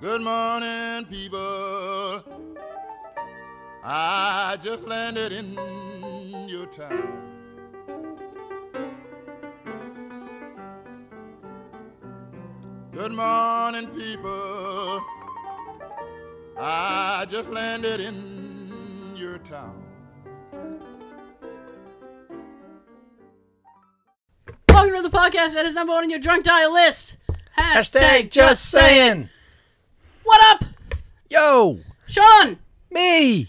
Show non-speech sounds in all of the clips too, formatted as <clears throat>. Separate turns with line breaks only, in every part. Good morning, people. I just landed in your town. Good morning, people. I just landed in your town.
Welcome to the podcast that is number one on your drunk dial list. Hashtag, just saying. What up,
Yo,
Sean?
me.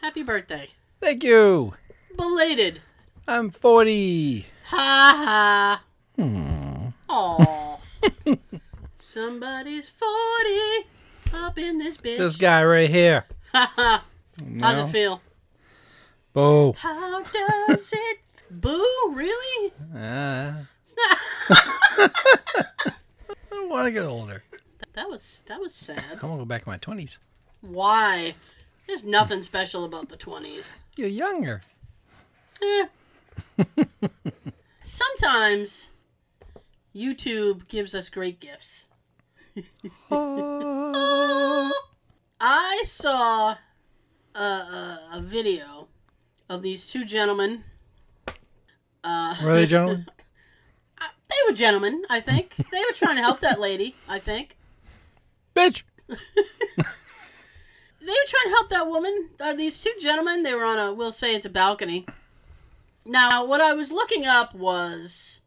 Happy birthday.
Thank you.
Belated.
I'm 40.
Ha ha. Aw. <laughs> Somebody's 40 up in this bitch.
This guy right here.
Ha ha. How's
No.
it feel?
Boo.
How does it? <laughs> Boo, really?
Uh,
It's not. <laughs>
I don't want to get older.
That was that was sad.
I want to go back in my 20s.
Why? There's nothing special about the 20s. <laughs>
You're younger.
Eh. <laughs> Sometimes YouTube gives us great gifts. I saw a, a, a video of these two gentlemen. Uh,
really, gentlemen?
they were gentlemen, I think. They were trying to help that lady, I think.
Bitch.
They were trying to help that woman. Uh, these two gentlemen, they were on a, we'll say it's a balcony. Now, what I was looking up was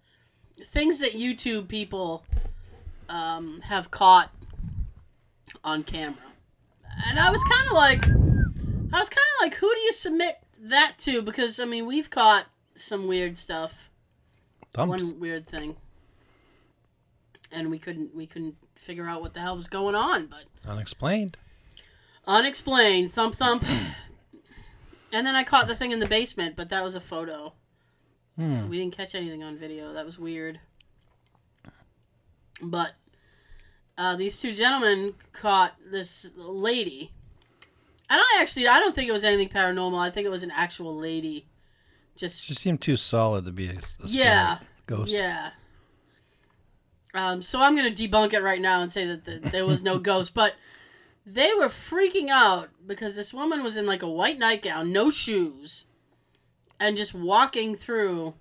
things that YouTube people um, have caught on camera. And I was kind of like, I was kind of like, who do you submit that to? Because, I mean, we've caught some weird stuff,
Thumps.
one weird thing. And we couldn't, we couldn't figure out what the hell was going on, but
Unexplained.
Unexplained. Thump thump. and then I caught the thing in the basement, but that was a photo.
Hmm.
We didn't catch anything on video. That was weird. But uh, these two gentlemen caught this lady. And I actually, I don't think it was anything paranormal. I think it was an actual lady. Just
She seemed too solid to be a, a spirit,
Yeah.
ghost.
yeah. Um, so I'm going to debunk it right now and say that the, there was no ghost, but they were freaking out because this woman was in like a white nightgown, no shoes, and just walking through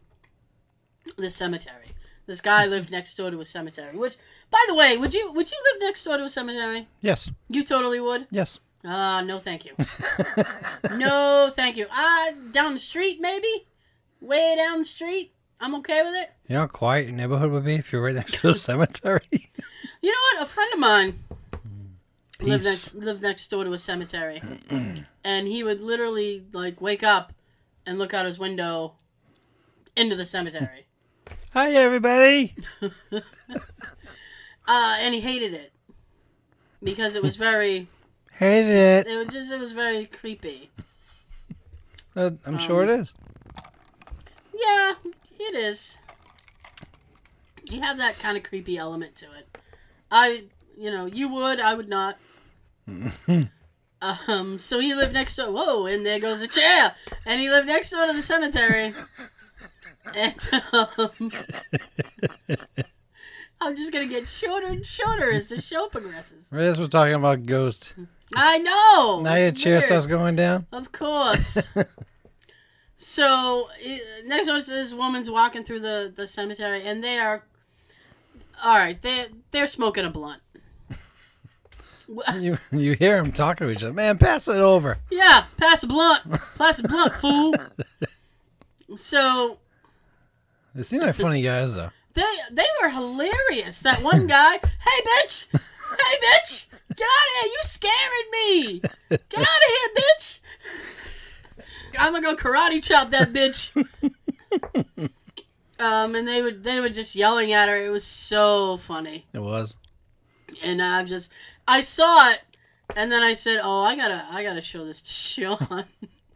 the cemetery. This guy lived next door to a cemetery, which, by the way, would you would you live next door to a cemetery?
Yes.
You totally would.
Yes. <laughs>
Ah, no, thank you. no, thank you. Ah, down the street maybe, way down the street. I'm okay with it.
You know how quiet your neighborhood would be if you were right next to a cemetery?
You know what? A friend of mine lived
Peace.
next, lived next door to a cemetery, <clears throat> and he would literally like wake up and look out his window into the cemetery.
Hi, everybody.
uh, and he hated it because it was very
Hated it.
it was just it was very creepy.
Uh, I'm sure
Um,
it is.
Yeah, it is. You have that kind of creepy element to it. I, you know, you would, I would
<laughs>
not. um, so he lived next door. Whoa, and there goes a chair. And he lived next door to the cemetery. and
<laughs>
um, I'm just gonna get shorter and shorter as the show progresses.
Right, That's what we're talking about ghosts.
I know.
Now your
it's
chair
weird.
starts going down.
Of course. so eh, next one is this woman's walking through the, the cemetery, and they are all right. They they're smoking a blunt. Wha-
You <laughs> you hear him talking to each other. Man, pass it over.
yeah, pass the blunt, pass the blunt, fool. So
They seem like funny guys though.
they they were hilarious. That one guy, hey bitch, hey bitch, get out of here! You scaring me! Get out of here, bitch! I'm gonna go karate chop that bitch. um, and they would they were just yelling at her. It was so funny,
It was.
and I'm just I saw it, and then I said, oh, I gotta I gotta show this to <laughs> Sean.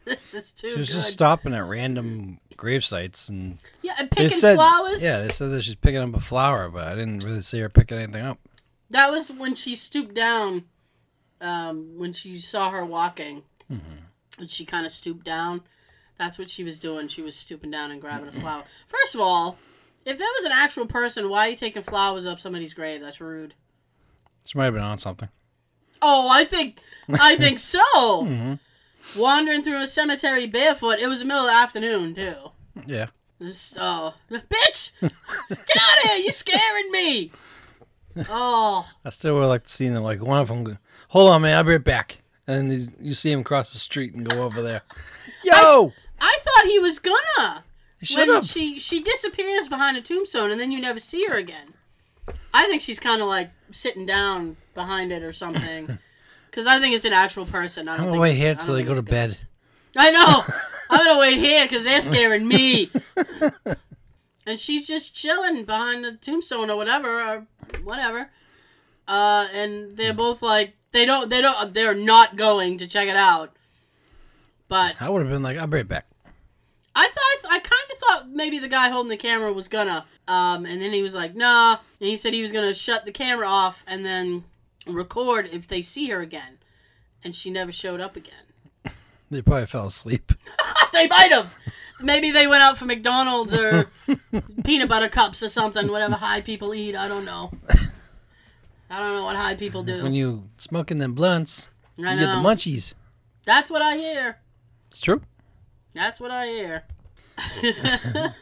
this is too
She was
good.
just stopping at random grave sites and
yeah, and
they
picking
said
flowers.
Yeah, they said that she's picking up a flower, but I didn't really see her picking anything up.
That was when she stooped down, um, when she saw her walking, and she kind of stooped down. That's what she was doing. She was stooping down and grabbing a flower. First of all, if there was an actual person, why are you taking flowers up somebody's grave? That's rude.
She might have been on something.
Oh, I think, I think so. Wandering through a cemetery barefoot. It was the middle of the afternoon too.
Yeah.
It was, oh, bitch, get out of here! You scaring me. Oh,
I still would like to see them like one of them. Go, Hold on, man. I'll be right back. And then these, you see him cross the street and go over there. Yo,
I thought he was gonna.
he should
when
have.
she she disappears behind a tombstone and then you never see her again. I think she's kind of like sitting down behind it or
<laughs>
something. Because I think it's an actual person. I
I'm
don't
gonna
think
wait
it's-
here
I don't
till they
think
go to
it's
bed.
ghosts. I
<laughs>
know. I'm gonna wait here because they're scaring me. and she's just chilling behind the tombstone or whatever or whatever. Uh, and they're both like they don't they don't they're not going to check it out. But
I would have been like, I'll be right back.
I thought I kind of thought maybe the guy holding the camera was gonna, um, and then he was like, "Nah," and he said he was gonna shut the camera off and then record if they see her again, and she never showed up again. <laughs>
They probably fell asleep.
they might have. Maybe they went out for McDonald's or
<laughs>
peanut butter cups or something. Whatever high people eat, I don't know. I don't know what high people do.
When you smoking them blunts,
I
you get the
know.
munchies.
That's what I hear.
It's true.
That's what I
<laughs>
hear. <laughs> I-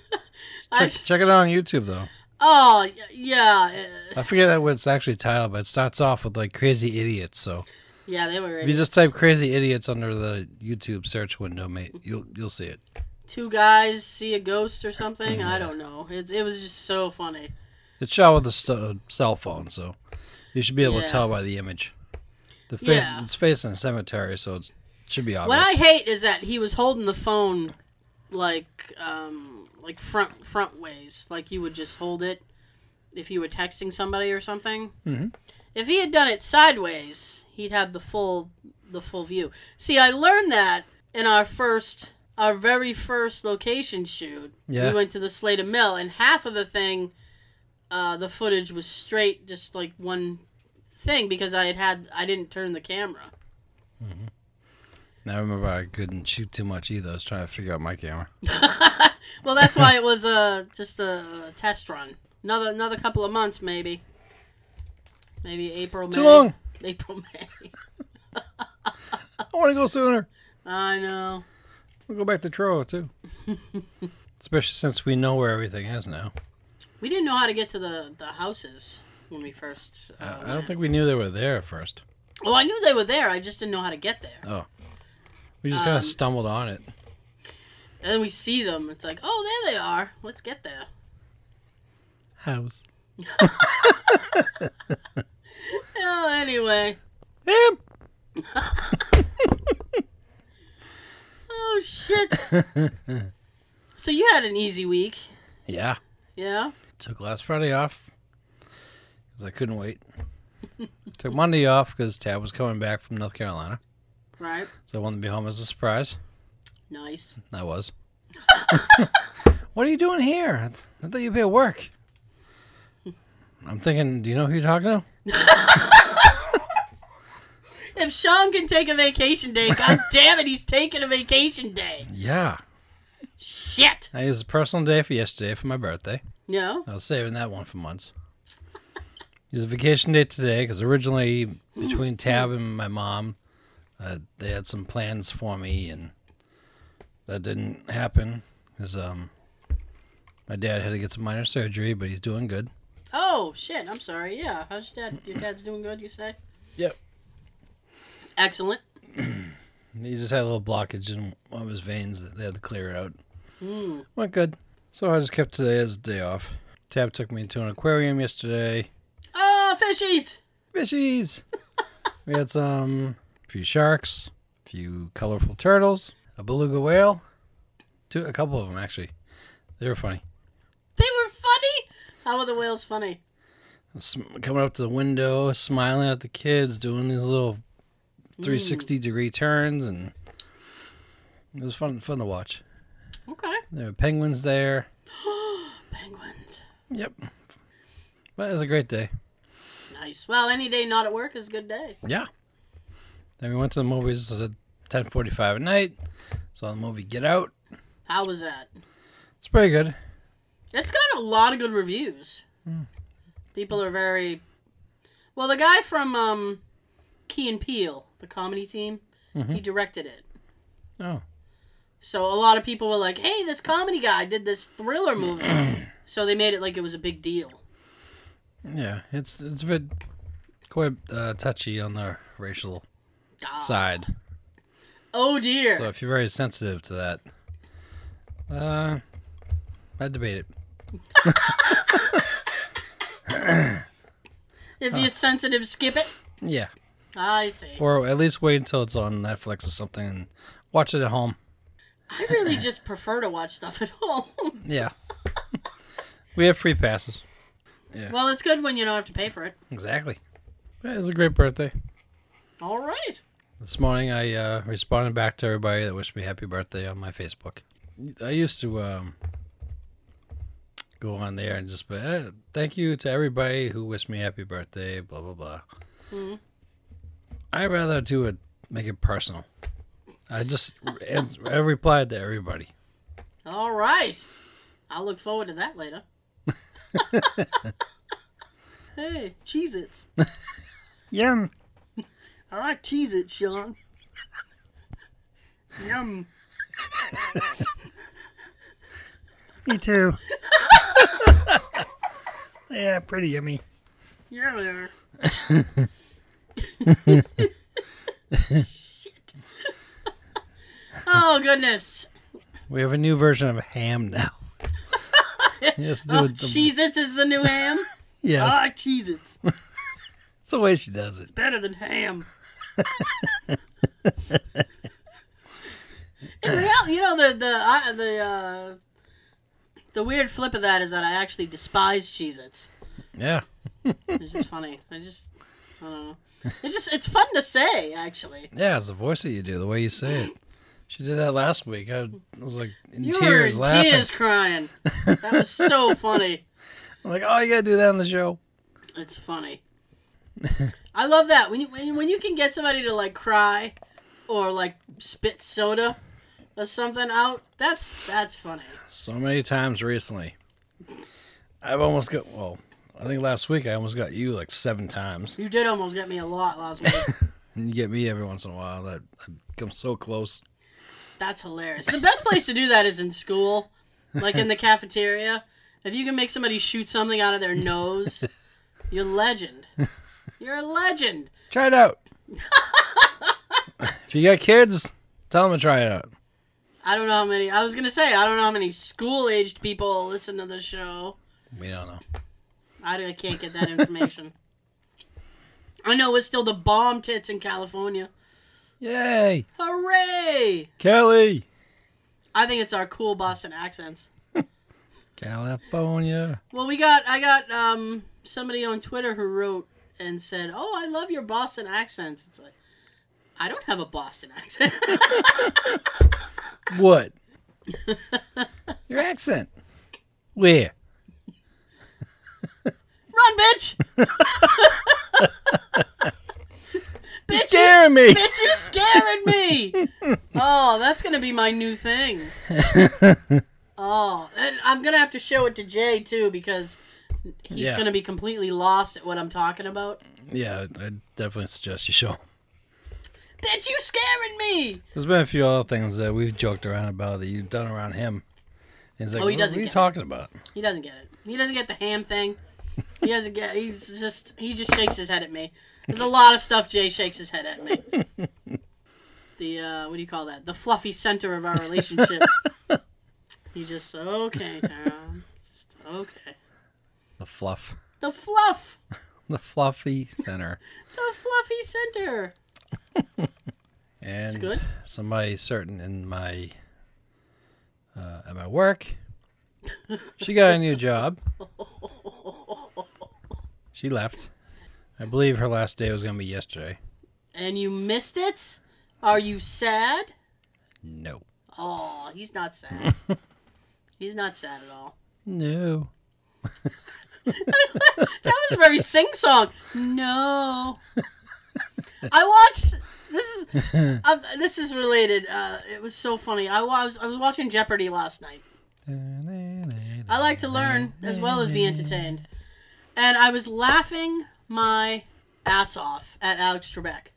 Check, check it out on YouTube though.
oh y- yeah, uh,
I forget that what it's actually titled, but it starts off with like crazy idiots. So
yeah. They were.
if you just type crazy idiots under the YouTube search window, mate, you'll you'll see it.
two guys see a ghost or something. I don't know. It's it was just so funny.
It's shot with a st- uh, cell phone, so you should be able
Yeah.
to tell by the image. The face,
Yeah.
it's facing a cemetery, so it's, it should be obvious.
What I hate is that he was holding the phone like um like front front ways, like you would just hold it if you were texting somebody or something.
Mhm.
If he had done it sideways, he'd have the full the full view. See, I learned that in our first our very first location shoot.
yeah,
We went to the Slater Mill, and half of the thing, uh, the footage was straight, just like one thing, because I had had I didn't turn the camera.
And I remember I couldn't shoot too much either. I was trying to figure out my camera.
<laughs> well, that's why it was uh, just a test run. Another another couple of months, maybe. Maybe April.
Too
May.
long.
April <laughs> May.
I want to go sooner.
I know.
We'll go back to Truro <laughs> too, especially since we know where everything is now.
We didn't know how to get to the the houses when we first. Uh,
I- I
went.
don't think we knew they were there at first. Oh.
Well, I knew they were there. I just didn't know how to get there.
We just kind
Um,
of stumbled on it.
And then we see them. It's like, oh, there they are. Let's get there.
House.
Oh, anyway.
Damn.
Oh
<laughs>
shit. so you had an easy week,
Yeah.
yeah?
Took last Friday off because I couldn't wait. <laughs> Took Monday off because Tab was coming back from North Carolina,
Right.
so I wanted to be home as a surprise.
Nice.
I <laughs> was. what are you doing here? I th- I thought you'd be at <laughs> work. I'm thinking, do you know who you're talking to?
If Sean can take a vacation day, god damn it, he's taking a vacation day.
Yeah.
Shit.
I used a personal day for yesterday for my birthday.
No.
I was saving that one for months. It's a vacation day today because originally between Tab and my mom, uh, they had some plans for me, and that didn't happen because um, my dad had to get some minor surgery, but he's doing good.
Oh shit. I'm sorry. Yeah. How's your dad? Your dad's doing good. You say?
Yep.
Excellent.
He just had a little blockage in one of his veins that they had to clear out.
Mm.
Went good. So I just kept today as a day off. Tab took me to an aquarium yesterday.
Oh, fishies.
Fishies! we had some, a few sharks, a few colorful turtles, a beluga whale, two, a couple of them actually. They were funny.
They were funny. How are the whales funny?
Sm- Coming up to the window, smiling at the kids, doing these little 360 degree turns, and it was fun, fun to watch.
Okay. <gasps>
There were penguins there.
Penguins.
Yep. But it was a great day.
Nice. Well, any day not at work is a good day.
Yeah. Then we went to the movies at ten forty five at night. Saw the movie Get Out.
How was that?
It's pretty good. Hmm.
It's got a lot of good reviews. People are very Well, the guy from um, Key and Peele, the comedy team, he directed it.
Mm-hmm. Oh,
So a lot of people were like, "Hey, this comedy guy did this thriller
<clears throat>
movie," so they made it like it was a big deal.
yeah. It's it's a bit quite uh, touchy on the racial
Ah.
side.
Oh dear.
So if you're very sensitive to that, uh, I debate it.
if you're sensitive, skip it.
Yeah,
I see.
uh, or at least wait until it's on Netflix or something and watch it at home.
I
<laughs>
really just prefer to watch stuff at home. <laughs>
Yeah, <laughs> we have free passes.
well, it's good when you don't have to pay for it.
Exactly. Yeah, it was a great birthday.
All right.
This morning, I uh, responded back to everybody that wished me happy birthday on my Facebook. I used to um, go on there and just, but eh, thank you to everybody who wished me happy birthday, blah blah blah.
Mhm.
I'd rather do it, make it personal. I just and I replied to everybody.
All right. I'll look forward to that
<laughs>
later. hey, Cheez Its.
Yum.
I like Cheez Its,
<laughs>
Sean. Yum.
Me too. <laughs> yeah, pretty yummy.
Yeah, they are. <laughs> Shit. <laughs> oh, goodness.
We have a new version of ham now. <laughs> yes,
<laughs>
do
Oh,
it. the-
Cheez Its is the new ham.
yes,
I like Cheez Its.
it's the way she does it.
Better than
<laughs>
ham. In reality, you know the the I the uh, the weird flip of that is that I actually despise Cheez-Its.
Yeah.
It's
<laughs>
just funny. I just I don't know. It's just it's fun to say actually.
Yeah, it's the voice that you do, the way you say it. She did that last week. I was like in
You were
tears
in
laughing.
tears crying. That was so funny.
I'm <laughs> like, oh, you gotta do that on the show.
It's funny. I love that when you when, when you can get somebody to like cry, or like spit soda, or something out. That's that's funny.
So many times recently, I've almost got. Well, I think last week I almost got you like seven times.
You did almost get me a lot last week.
And you get me every once in a while. That I come so close.
That's hilarious. The best place to do that is in school, like in the cafeteria. If you can make somebody shoot something out of their nose, you're a legend. You're a legend.
Try it out. <laughs> if you got kids, tell them to try it out.
I don't know how many. I was gonna say I don't know how many school-aged people listen to the show.
We don't know.
I I can't get that information. I know it's still the bomb tits in California.
Yay,
Hooray!
Kelly,
I think it's our cool Boston accents.
California.
Well, we got I got um somebody on Twitter who wrote and said, "Oh, I love your Boston accents." It's like I don't have a Boston accent. <laughs>
What? Your accent. Where?
Run, bitch!
You're
bitch, you,
scaring me.
bitch, you scaring me! oh, that's gonna be my new thing. Oh, and I'm gonna have to show it to Jay too because he's
Yeah.
gonna be completely lost at what I'm talking about.
Yeah, I I'd definitely suggest you show. 'em.
Bitch, you scaring me!
There's been a few other things that we've joked around about that you've done around him. And he's like,
Oh, he
"What-
doesn't
what are you
get it."
talking about?
He doesn't get it. He doesn't get the ham thing. He doesn't get. He's just. He just shakes his head at me. There's a lot of stuff Jay shakes his head at me. The uh, what do you call that? The fluffy center of our relationship. he just okay, Tyrone. Just, okay.
The fluff.
The fluff.
The fluffy center.
The fluffy center.
And
<laughs> It's good.
somebody certain in my uh, at my work. She got a new job. She left. I believe her last day was gonna be yesterday.
And you missed it. Are you sad?
No.
Oh, he's not sad. he's not sad at all.
No.
That was very sing song. No. I watched this is um, this is related. Uh, it was so funny. I wa- I was I was watching Jeopardy last night. I like to learn as well as be entertained, and I was laughing my ass off at Alex Trebek.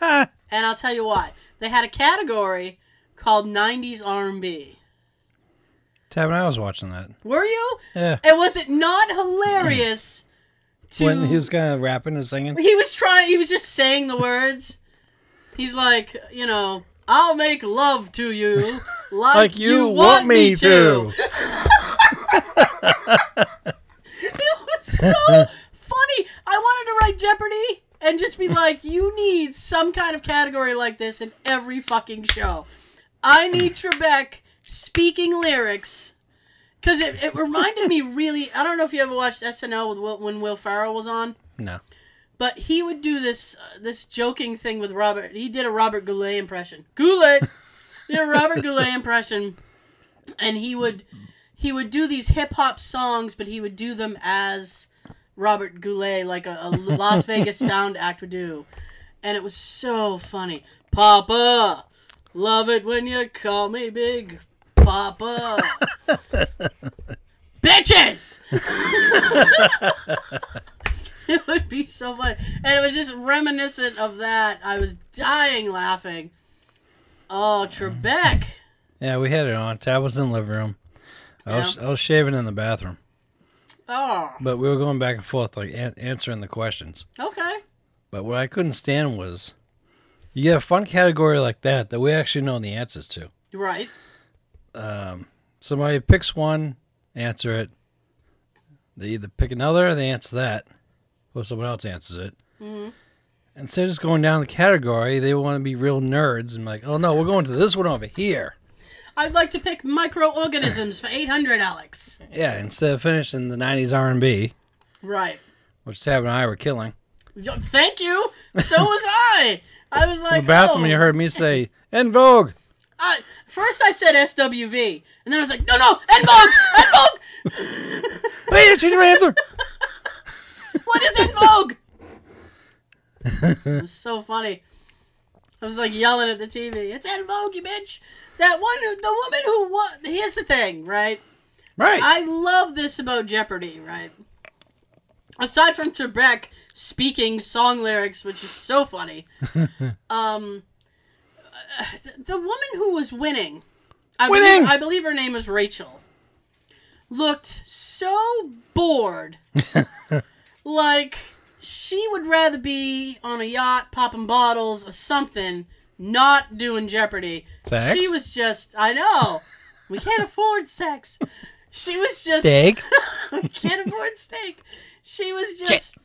Ah,
And I'll tell you why. They had a category called 90s R&B.
Tab and I was watching that.
Were you?
Yeah.
And was it not hilarious to
When he was kind of rapping and singing.
he was trying he was just saying the words he's like you know i'll make love to
<laughs>
you like,
Like you, want, me to.
<laughs> it was
<laughs>
so funny i wanted to write jeopardy and just be like you need some kind of category like this in every fucking show i need trebek speaking lyrics because it, it reminded me really i don't know if you ever watched snl with Will, when will farrell was on
No.
but he would do this uh, this joking thing with Robert. He did a Robert Goulet impression. Goulet did a Robert Goulet impression, and he would he would do these hip hop songs, but he would do them as Robert Goulet, like a, a Las Vegas sound act would do, and it was so funny. Papa, love it when you call me big, Papa. Bitches. <laughs> it would be so funny. And it was just reminiscent of that. I was dying laughing. Oh, Trebek.
Yeah, we had it on. Tab was in the living room. I was, I was shaving in the bathroom.
Oh,
But we were going back and forth, like an- answering the questions.
okay.
But what I couldn't stand was you get a fun category like that that we actually know the answers to.
Right.
Um, somebody picks one, answer it. They either pick another, they answer that, or someone else answers it.
Mhm.
Instead of just going down the category, they want to be real nerds and like, oh no, we're going to this one over here.
I'd like to pick microorganisms for 800, Alex.
Yeah, instead of finishing the '90s R&B,
Right.
which Tab and I were killing.
Yo, Thank you. So
<laughs>
was I. I was like,
in the bathroom,
oh.
you heard me say "En Vogue."
I, first I said SWV, and then I was like, no, no, En Vogue, En Vogue.
Wait, it's
<laughs>
your answer.
What is En Vogue? it was so funny. I was like yelling at the TV. It's En Vogue, you bitch. That one, who- the woman who won. Here's the thing, right?
Right.
I love this about Jeopardy, right? Aside from Trebek speaking song lyrics, which is so
<laughs>
funny, um, uh, the woman who was winning, I
Winning!
believe, I believe her name is Rachel, looked so
<laughs>
bored, like she would rather be on a yacht popping bottles or something, not doing Jeopardy.
Sex?
She was just, I know, we can't afford sex. She was just
Steak.
can't afford steak. She was just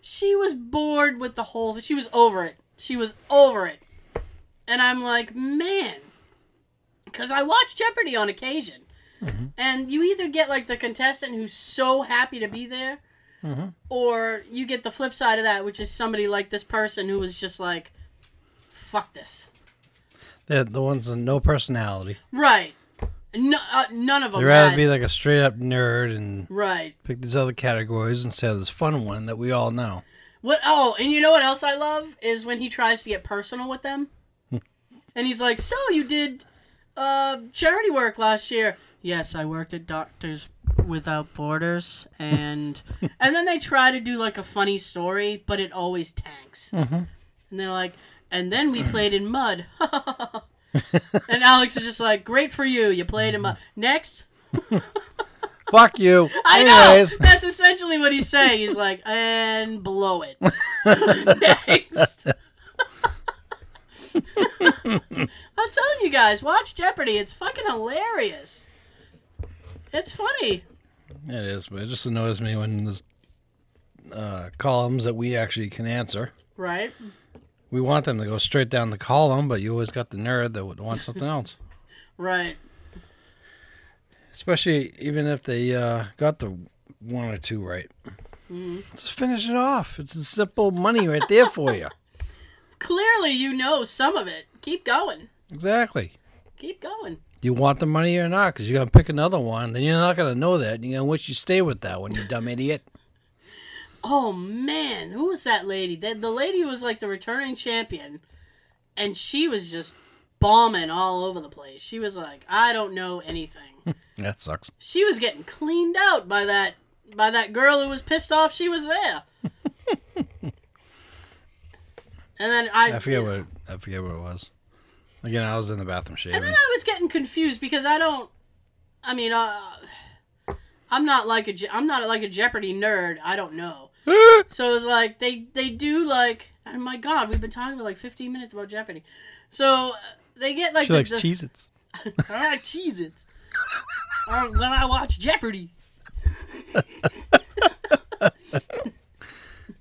she was bored with the whole she was over it. She was over it. And I'm like, man, cuz I watch Jeopardy on occasion.
Mm-hmm.
And you either get like the contestant who's so happy to be there
Mhm.
or you get the flip side of that, which is somebody like this person who was just like fuck this.
They're the ones with no personality.
Right. No, uh, none of them
They'd rather
had-
be like a straight up nerd and
Right.
pick these other categories instead of this fun one that we all know.
What? Oh, and you know what else I love is when he tries to get personal with them, and he's like, "So you did uh, charity work last year?" Yes, I worked at Doctors Without Borders, and and then they try to do like a funny story, but it always tanks. And they're like, "And then we played in mud," <laughs> and Alex is just like, "Great for you, you played in mud." Next.
Fuck you.
I
Anyways,
know. That's essentially what he's saying. He's like, and blow it. Next. I'm telling you guys, watch Jeopardy. It's fucking hilarious. It's funny.
it is, but it just annoys me when there's uh, columns that we actually can answer.
Right?
We want them to go straight down the column, but you always got the nerd that would want something else.
Right.
Especially even if they uh, got the one or two right.
Mm-hmm.
Just finish it off. It's a simple money right there for you. <laughs>
Clearly, you know some of it. Keep going.
Exactly.
Keep going.
Do you want the money or not? Because you're going to pick another one. Then you're not going to know that. And you're going to wish you stay with that one, you dumb idiot.
Oh, man. Who was that lady? The, the lady was like the returning champion, and she was just bombing all over the place. She was like, I don't know anything.
That sucks.
she was getting cleaned out by that by that girl who was pissed off she was there. And then I,
I forget what it, I forget what it was. Again, I was in the bathroom shaving.
And then I was getting confused because I don't. I mean, uh, I'm not like a Je- I'm not like a Jeopardy nerd. I don't know. So it was like they they do like. And my God, we've been talking for like 15 minutes about Jeopardy. So uh, they get like
She likes Cheez Its.
I like Cheez-Its. Or when I watch Jeopardy.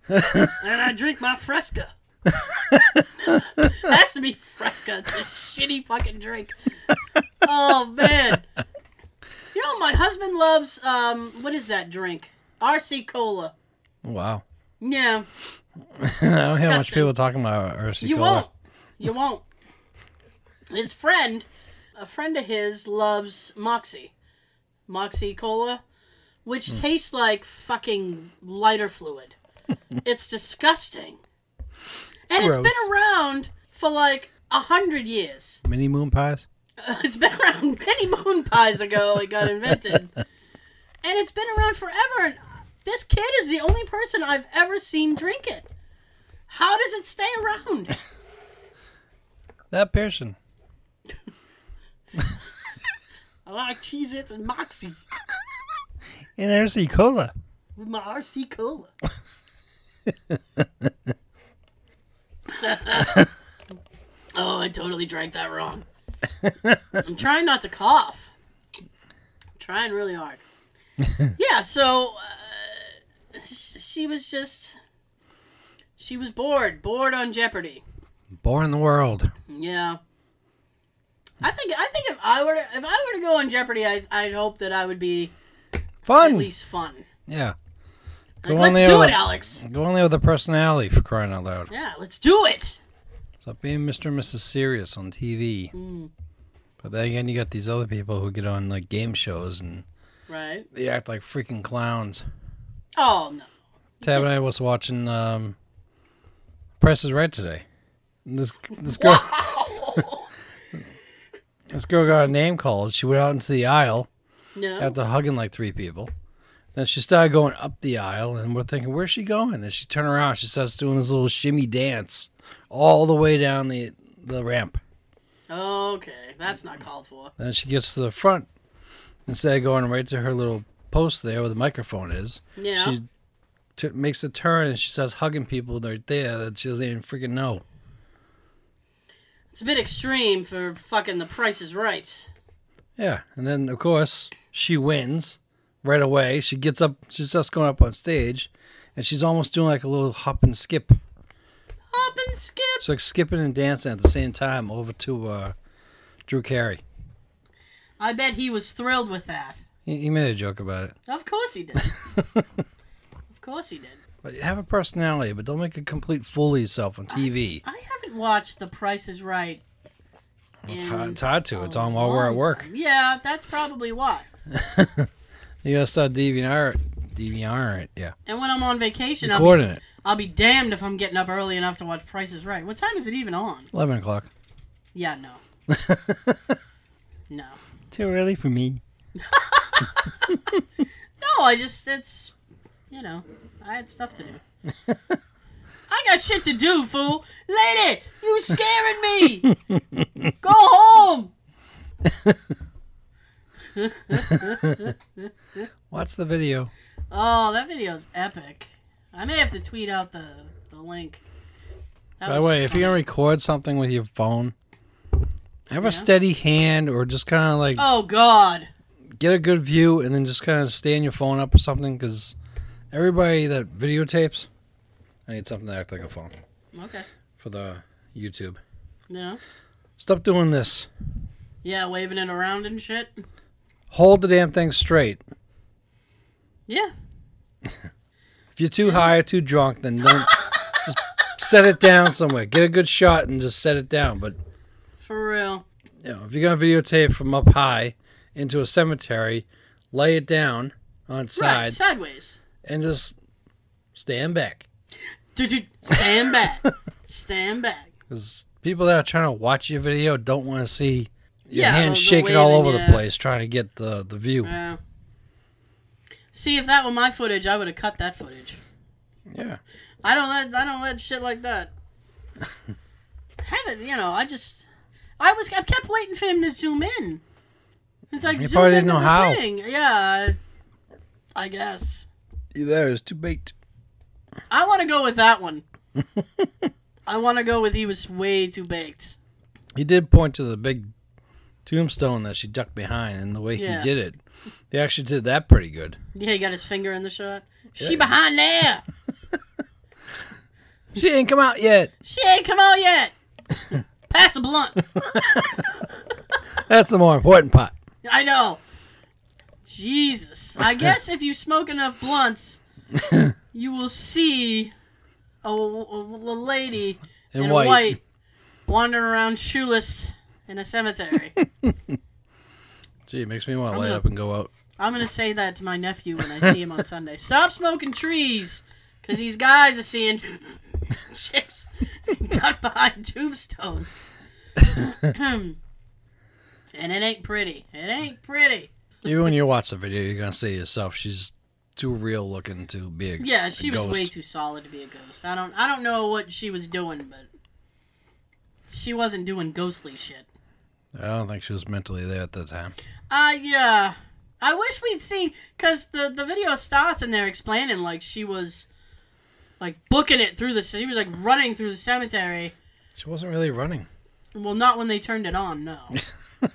and I drink my Fresca. <laughs> Has to be Fresca. It's a shitty fucking drink. Oh man. You know my husband loves um what is that drink? RC Cola.
Wow.
Yeah.
<laughs> I don't hear much
Disgusting.
people talking about RC
You
Cola.
won't. You won't. His friend, a friend of his, loves Moxie. Moxie Cola, which tastes like fucking lighter fluid. it's disgusting. And it's
Gross.
been around for like a hundred years. <laughs>
Mini moon pies.
Uh, It's been around many moon pies ago it got invented. And it's been around forever. And this kid is the only person I've ever seen drink it. How does it stay around?
That person.
I like Cheez Its and Moxie
And there's
E.
the cola.
with my RC Cola. oh, I totally drank that wrong. I'm trying not to cough. trying really hard. yeah, so uh, sh- she was just. She was bored. Bored on Jeopardy.
Born in the world.
Yeah. I think I think if I were to, if I were to go on Jeopardy, I, I'd hope that I would be at
Fun.
least fun.
Yeah.
Like,
on
let's
there
do
with
it,
a-
Alex.
Go on there with a personality for crying out loud.
Yeah, let's do it.
Stop being Mr. and Mrs. Serious on TV.
Mm,
But then again, you got these other people who get on like game shows and
Right.
they act like freaking clowns.
Oh no.
Tab and I was watching um, Price is Right today. And This this girl
<laughs> Wow.
this girl got a name called. She went out into the aisle
no.
after hugging like three people. Then she started going up the aisle, and we're thinking, where's she going? And she turned around. She starts doing this little shimmy dance all the way down the the ramp.
okay, that's not called for.
Then she gets to the front. Instead of going right to her little post there where the microphone is,
Yeah.
she t- makes a turn and she starts hugging people right there that she doesn't even freaking know.
It's a bit extreme for fucking The Price Is Right.
Yeah, and then of course she wins right away. She gets up, she starts going up on stage, and she's almost doing like a little hop and skip.
Hop and skip.
She's like skipping and dancing at the same time over to uh, Drew Carey.
I bet he was thrilled with that.
He, he made a joke about it.
Of course he did.
<laughs>
of course he did.
But have a personality, but don't make a complete fool of yourself on TV.
I haven't watched The Price Is Right.
It's
in
hard, it's hard to. It's
a
on while we're at
long
work.
time. Yeah, that's probably why.
You gotta start DVR, DVR it. Yeah,
And when I'm on vacation, I'll be,
recording it.
I'll be damned if I'm getting up early enough to watch Price Is Right. What time is it even on?
Eleven o'clock.
Yeah, no. no.
Too early for me.
No, I just, it's, you know, I had stuff to do. I got shit to do, fool. Lady, you scaring me. Go home. <laughs>
Watch the video.
Oh, that video's epic. I may have to tweet out the, the link. That
By the
was
way, if
fun.
you're gonna record something with your phone, have
Yeah.
a steady hand, or just kind of like
Oh, God.
get a good view, and then just kind of stand your phone up or something. Because everybody that videotapes, I need something to act like a phone
Okay.
for the YouTube.
No.
Stop doing this.
Yeah, waving it around and shit.
Hold the damn thing straight.
Yeah.
If you're too high or too drunk, then
<laughs>
don't. just set it down somewhere. Get a good shot and just set it down. But
For real.
you know, if you're gonna videotape from up high into a cemetery, lay it down on its
Right,
side
sideways.
and just stand back.
Dude, dude, stand
<laughs>
back. stand back.
Because people that are trying to watch your video don't want to see your
Yeah,
hand
the- the
shaking all
waving,
over
yeah.
the place trying to get the the view.
Yeah. See, if that were my footage, I would have cut that footage.
yeah, <laughs>
I don't let I don't let shit like that. haven't you know? I just I was I kept waiting for him to zoom in. It's like
He
zoom
probably
into
didn't know
the
how.
thing. Yeah, I, I guess
There is too bait.
I want to go with that
<laughs>
one. I want to go with he was way too baked.
He did point to the big tombstone that she ducked behind, and the way
Yeah.
he did it, he actually did that pretty good.
Yeah, he got his finger in the shot. She
Yeah.
behind there.
She ain't come out yet.
She ain't come out
<laughs>
yet. Pass the blunt.
That's the more important part.
I know. Jesus.
<laughs>
I guess if you smoke enough blunts, you will see a, a, a lady
In,
in
white.
a white wandering around shoeless in a
<laughs>
cemetery.
Gee, it makes me want to
I'm
light
gonna-
up and go out.
I'm going to say that to my nephew when I see him on Sunday. Stop smoking trees because these guys are seeing <laughs> chicks <laughs> tucked behind tombstones. <clears throat> and it ain't pretty. It ain't pretty.
<laughs> Even when you watch the video, you're gonna say to yourself, "She's too real looking to be a
Yeah,
a
she was
ghost.
way too solid to be a ghost. I don't I don't know what she was doing, but she wasn't doing ghostly shit.
I don't think she was mentally there at the time.
Uh yeah. I wish we'd seen cuz the the video starts and they're explaining like she was like booking it through the she was like running through the cemetery.
She wasn't really running.
Well, not when they turned it on,
<laughs>
no. and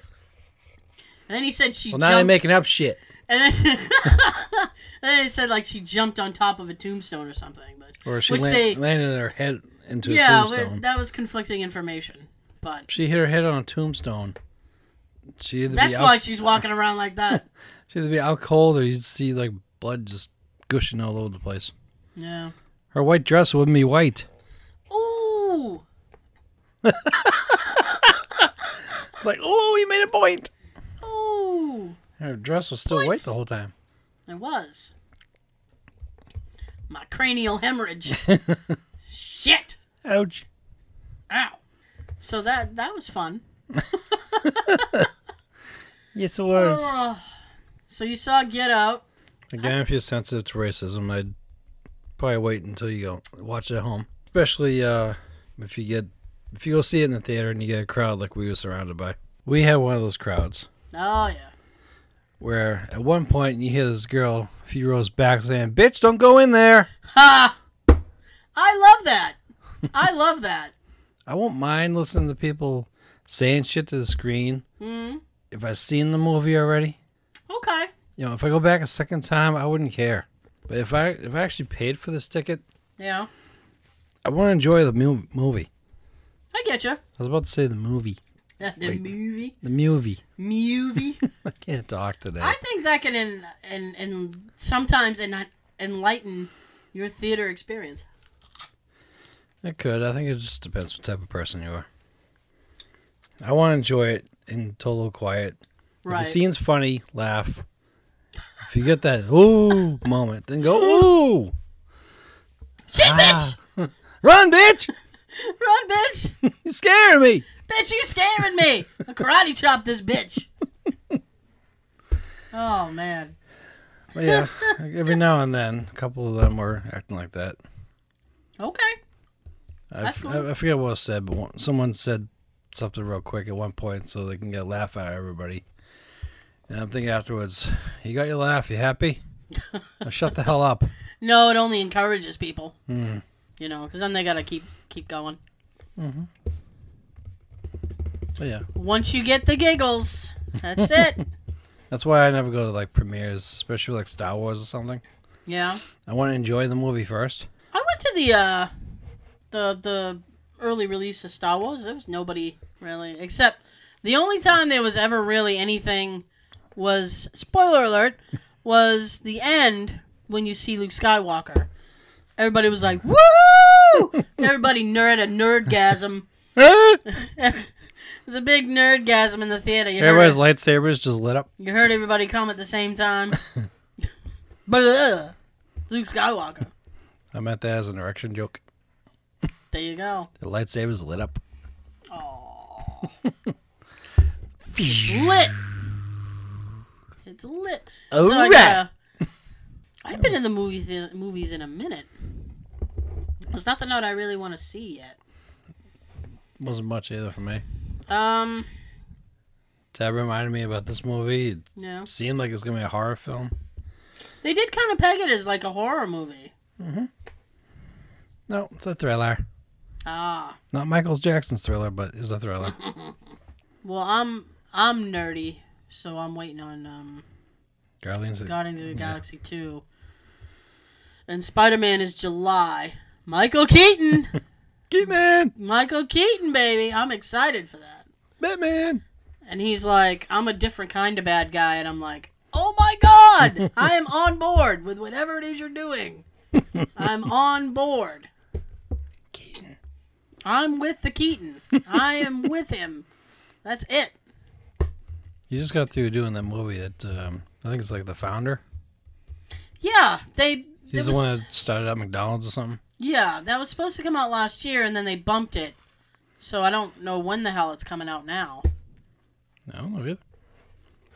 then he said she
Well, now they're
jumped
making up shit.
and then, <laughs> and then he said like she jumped on top of a tombstone or something, but
Or she
Which
lan-
they-
landed her head into
yeah,
a tombstone.
well, that was conflicting information. But
<laughs> She hit her head on a tombstone. She either
That's
be
why
out,
she's walking around like
<laughs>
that.
she either be out cold or you'd see like blood just gushing all over the place.
Yeah.
Her white dress wouldn't be white.
Ooh.
It's like, oh, you made a point.
Ooh.
Her dress was still white the whole time.
It was. My cranial
<laughs>
hemorrhage. Shit.
Ouch.
Ow. So that that was fun.
Yes, it was.
Ugh. So you saw Get Out.
Again, if you're sensitive to racism, I'd probably wait until you go watch it at home. Especially uh, if you get if you go see it in the theater and you get a crowd like we were surrounded by. We had one of those crowds
Oh yeah.
where at one point you hear this girl a few rows back saying, "Bitch, don't go in there."
Ha. I love
<laughs>
that. I love that.
I won't mind listening to people saying shit to the screen
Hmm.
if I've seen the movie already.
Okay.
You know, if I go back a second time, I wouldn't care. But if I if I actually paid for this ticket,
Yeah.
I want to enjoy the mu- movie.
I get you.
I was about to say the movie,
The
Wait.
movie.
the movie. <laughs>
Movie.
I can't talk today.
I think that can en- en- en- sometimes en- enlighten your theater experience.
I could. I think it just depends what type of person you are. I want to enjoy it in total quiet.
Right.
If the scene's funny, laugh. If you get that ooh moment, then go ooh,
Shit,
Ah. run, bitch!
bitch! <laughs> Run, bitch!
You're scaring me.
bitch, you scaring me! A karate chop this
<laughs>
bitch. oh, man. <laughs>
But yeah, every now and then, a couple of them were acting like that.
Okay.
I,
That's
f-
cool.
I, I forget what was said, but one, someone said something real quick at one point so they can get a laugh out of everybody. And I'm thinking afterwards, you got your laugh, you happy? now shut the hell up.
No, it only encourages people,
Hmm.
you know, because then they gotta keep keep going.
But yeah,
Once you get the giggles, that's
<laughs>
it.
that's why I never go to like premieres, especially like Star Wars or something.
yeah.
I want to enjoy the movie first.
I went to the uh the the early release of Star Wars. There was nobody really except the only time there was ever really anything was spoiler alert was the end when you see Luke Skywalker. Everybody was like,
<laughs>
"Woo!" Everybody nerd a nerdgasm. <laughs>
Everybody's
There's a big nerdgasm in the theater. You heard, it-
lightsabers just lit up.
you heard everybody come at the same time. Blah, Luke Skywalker.
I meant that as an erection joke.
There you go.
The lightsabers lit up.
Oh. it's lit. It's lit.
All
I
right.
gotta- I've been in the movie thea- movies in a minute. There's nothing out I really want to see yet.
Wasn't much either for me.
Um,
Tab reminded me about this movie. It
no.
seemed like it was gonna be a horror film.
They did kind of peg it as like a horror movie.
No, it's a thriller.
Ah.
Not Michael Jackson's thriller, but it's a thriller.
Well, I'm I'm nerdy, so I'm waiting on um
Guardians of
Guardians of the Galaxy 2. And Spider-Man is July. Michael
<laughs>
Keaton.
Batman,
Michael Keaton, baby. I'm excited for that.
Batman.
And he's like, I'm a different kind of bad guy. And I'm like, oh my God, I am on board with whatever it is you're doing. I'm on board.
Keaton.
I'm with the Keaton. I am with him. That's it.
You just got through doing that movie that um, I think it's like the founder.
Yeah, they. it was-
He's the one that started at McDonald's or something.
Yeah, that was supposed to come out last year, and then they bumped it. So I don't know when the hell it's coming out now.
I don't know either.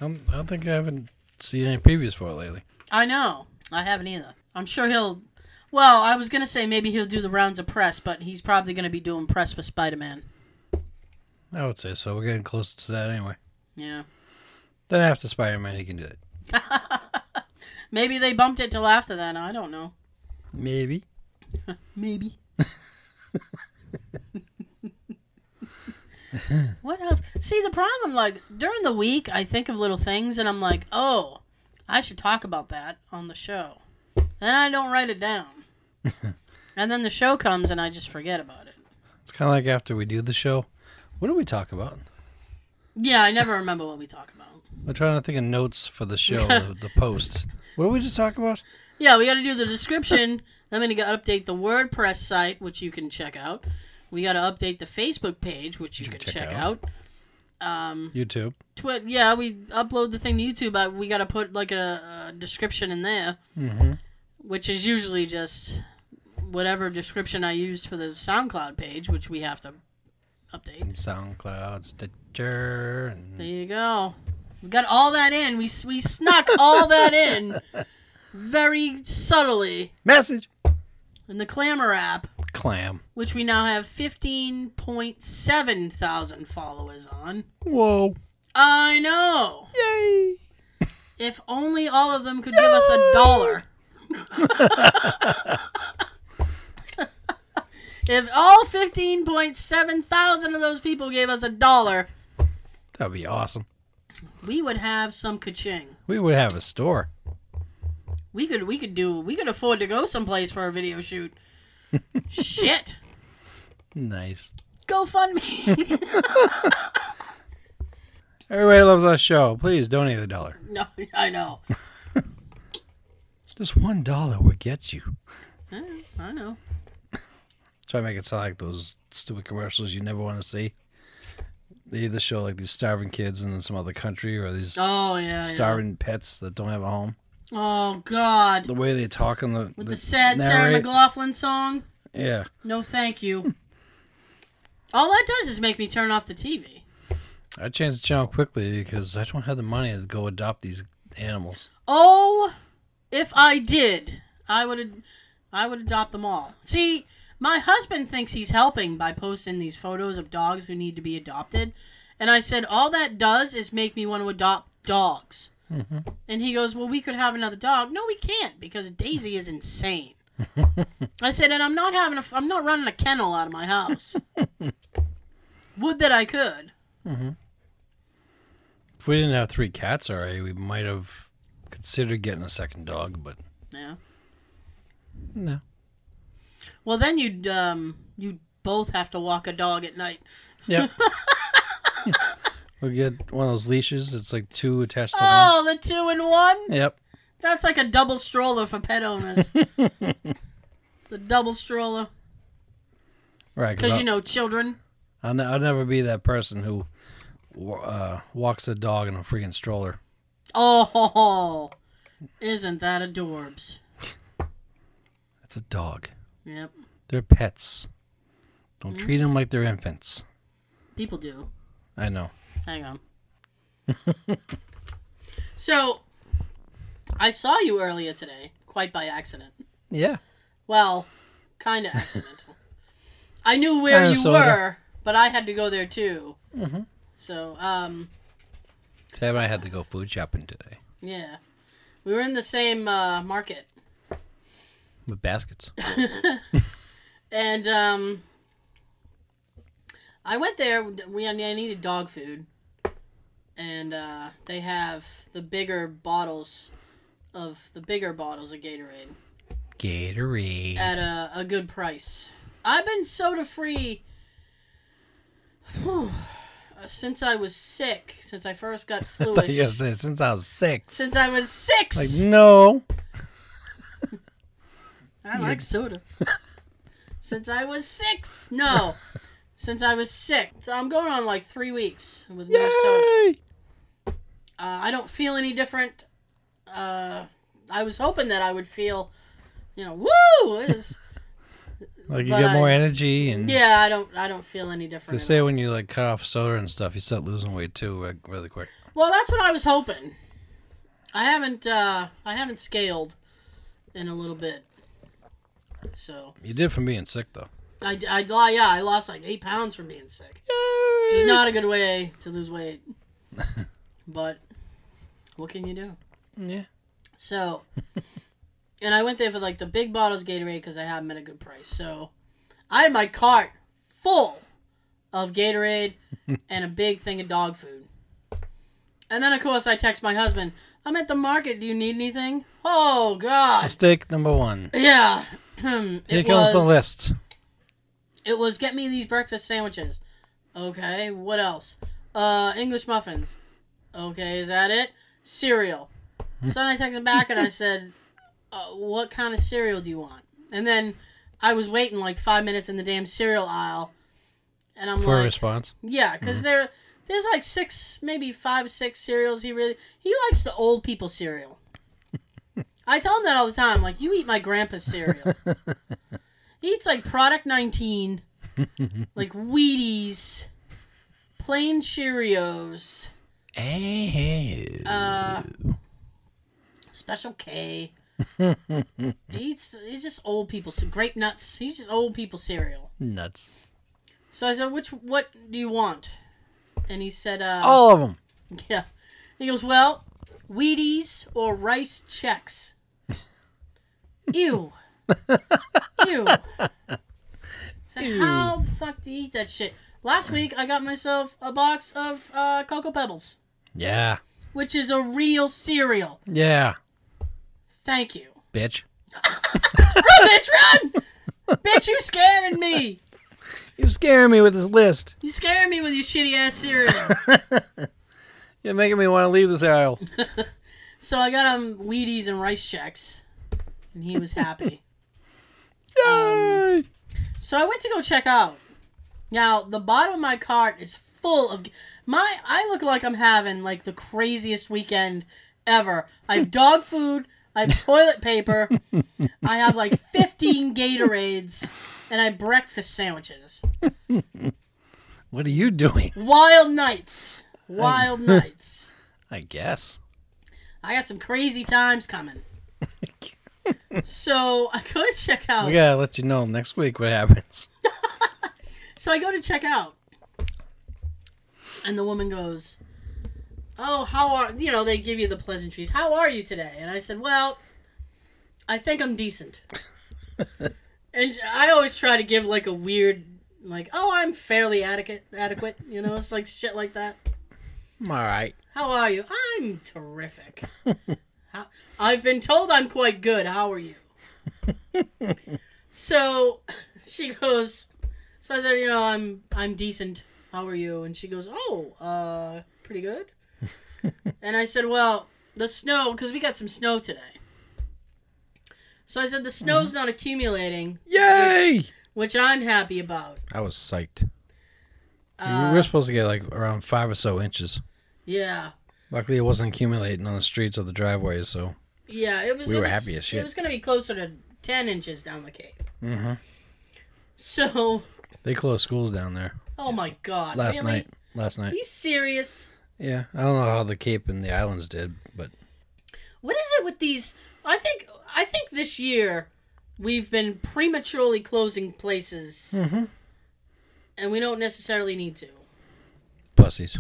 I'm, I don't think I haven't seen any previews for it lately.
I know. I haven't either. I'm sure he'll. Well, I was gonna say maybe he'll do the rounds of press, but he's probably gonna be doing press with Spider-Man.
I would say so. We're getting close to that anyway.
Yeah. <laughs>
Then after Spider Man, he can do it.
Maybe they bumped it till after then. I don't know.
Maybe.
Maybe. what else? See, the problem, like, during the week, I think of little things and I'm like, oh, I should talk about that on the show. Then I don't write it down. and then the show comes and I just forget about it.
It's kind of like after we do the show. What do we talk about?
Yeah, I never remember what we talk about.
We're trying to think of notes for the show, the, the post. What did we just talk about?
Yeah, we got to do the <laughs> description. I'm going to update the WordPress site, which you can check out. We got to update the Facebook page, which you, can check, out. Um,
YouTube.
Twi- yeah, we upload the thing to YouTube. But we got to put like a, a description in there,
Mm-hmm.
which is usually just whatever description I used for the SoundCloud page, which we have to update.
SoundCloud, Stitcher, and
There you go. We got all that in. We s- we snuck all that <laughs> in very subtly
message.
in the Clamor app,
Clam.
which we now have fifteen point seven thousand followers on.
Whoa!
I know.
Yay!
If only all of them could give us a <laughs> dollar. if all 15.7 thousand of those people gave us a dollar,
That'd be awesome.
we would have some kaching.
We would have a store.
We could we could do we could afford to go someplace for our video <laughs> shoot. Shit.
Nice.
Go fund me.
Everybody loves our show. Please donate a dollar.
<laughs> no, I know.
Just one dollar would get you.
I know. I know.
Try to make it sound like those stupid commercials you never want to see. They either show like these starving kids in some other country or these
Oh yeah. yeah.
starving pets that don't have a home.
Oh god.
The way they talk on the
With the, sad Sarah
narrate-
McLaughlin song.
Yeah,
No, thank you. All that does is make me turn off the TV.
I changed the channel quickly because I don't have the money to go adopt these animals.
Oh, if I did, I would, I would adopt them all. See, my husband thinks he's helping by posting these photos of dogs who need to be adopted, and I said all that does is make me want to adopt dogs. And he goes, "Well, we could have another dog." No, we can't because Daisy is insane. I said, and I'm not having a, I'm not running a kennel out of my house. Would that I could.
If we didn't have three cats already, we might have considered getting a second dog, but
Yeah.
no.
Well, then you'd um you'd both have to walk a dog at night.
Yep. we get one of those leashes. It's like two attached to
Oh, the two in one?
one. Yep.
That's like a double stroller for pet
<laughs>
owners. the double stroller.
Right.
Because,
Cause
you know, children.
I'll, ne- I'll never be that person who wa- uh, walks a dog in a freaking stroller.
Oh, ho, ho. isn't that adorbs?
It's a dog.
Yep.
They're pets. Don't 'em
Mm.
treat them like they're infants.
People do.
I know.
Hang on. <laughs> so, I saw you earlier today, quite by accident.
Yeah.
Well, kind of accidental. I knew where
Kinda,
you
sorta.
were, but I had to go there too.
Mhm.
So, um,
Tab and I had to go food shopping today
yeah, we were in the same uh, market,
with baskets.
and um, I went there. We I needed dog food, and uh, they have the bigger bottles of the bigger bottles of Gatorade.
Gatorade. <laughs>
at a, a good price. I've been soda free whew, since I was sick, since I first
<laughs>
got
Thought you were gonna
fluish.
say, since I was six.
since I was six.
Like no.
I like soda. since I was six. No. since I was sick. So I'm going on like three weeks with no soda.
Yay!
Uh, I don't feel any different. Uh, I was hoping that I would feel, you know, woo! It is,
Like you
But
get more
I-
energy and
yeah, I don't, I don't feel any
They
different. at all.
say when you like cut off soda and stuff, you start losing weight too, like, really quick.
Well, that's what I was hoping. I haven't uh I haven't scaled in a little bit. So
You did from being sick though.
I, I li- yeah I lost like eight pounds from being sick, which is not a good way to lose weight. <laughs> but what can you do?
Yeah.
So, and I went there for like the big bottles of Gatorade because I had them at a good price. So I had my cart full of
<laughs>
Gatorade and a big thing of dog food. And then, of course, I text my husband, I'm at the market. Do you need anything? Oh, God.
Mistake number one.
Yeah. <clears throat> it
Here comes the
was-
list.
It was get me these breakfast sandwiches. Okay, what else? Uh, English muffins. Okay, is that it? Cereal.
Hmm.
So I texted him back
<laughs>
and I said, uh, "What kind of cereal do you want?" And then I was waiting like five minutes in the damn cereal aisle, and I'm
For a
like,
response.
"Yeah," because there there's like six, maybe five, six cereals. He really he likes the old people cereal. I tell him that all the time. Like, you eat my grandpa's cereal. He eats like Product 19, like Wheaties, plain Cheerios, uh, Special K. he eats, he's just old people, so grape nuts. He's just old people cereal.
Nuts.
So I said, which, what do you want? And he said, uh,
All of them.
<laughs> yeah. He goes, well, Wheaties or rice checks. Ew. Ew. I said, How the fuck do you eat that shit? Last week, I got myself a box of uh, Cocoa Pebbles,
Yeah.
which is a real cereal.
Yeah.
Thank you.
Bitch.
Run, bitch, run! bitch, you scaring me.
You're scaring me with this list.
You scaring me with your shitty ass cereal.
You're making me want to leave this aisle.
so I got him Wheaties and rice checks, and he was happy.
Yay!
So I went to go check out. Now the bottom of my cart is full of my. I look like I'm having like the craziest weekend ever. I have dog food. I have toilet paper. I have like 15 Gatorades, and I have breakfast sandwiches.
what are you doing?
Wild nights. Wild nights.
I guess.
I got some crazy times coming. So I go to check out.
We gotta let you know next week what happens.
So I go to check out. And the woman goes, Oh, how are you know, they give you the pleasantries. How are you today? And I said, Well, I think I'm decent. and I always try to give like a weird like, oh, I'm fairly adequate adequate, you know, it's like shit like that.
I'm all right.
How are you? I'm terrific. <laughs> How, I've been told I'm quite good. How are you? so she goes, so I said, you know, I'm I'm decent. How are you? And she goes, oh, uh, pretty
<laughs>
good. and I said, well, the snow, because we got some snow today. So I said, the snow's
Uh-huh.
not accumulating,
Yay!
which I'm happy about.
I was psyched.
Uh,
we were supposed to get like around five or so inches.
yeah.
Luckily, it wasn't accumulating on the streets or the driveways, so.
Yeah, it was.
We
it
were
was-
happy as shit.
It was gonna be closer to ten inches down the cave.
Mm-hmm.
So,
They closed schools down there
oh my god!
last
really?
night. Last
Are
night.
you serious?
Yeah, I don't know how the Cape and the islands did, but
What is it with these? I think I think this
Mm-hmm.
year we've been prematurely closing places and we don't necessarily need to.
Pussies.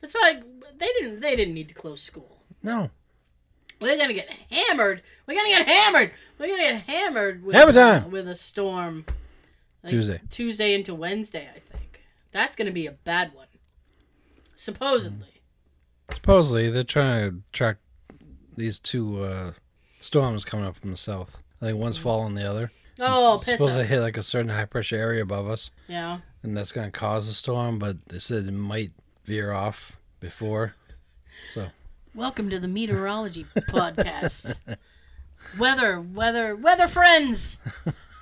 It's like they didn't they didn't need to close school.
No.
We're gonna get hammered. We're gonna get hammered. We're gonna get hammered with
Hammer time.
uh, with a storm. Like
Tuesday.
Tuesday into Wednesday, I think. That's gonna be a bad one. Supposedly.
Supposedly they're trying to track these two uh, storms coming up from the south. I think one's following the other.
Mm. Oh,
it's
piss
supposed to
up.
hit like a certain high pressure area above us,
Yeah.
and that's going to cause a storm. But they said it might veer off before.
Welcome to the meteorology podcast. Weather, weather, weather friends.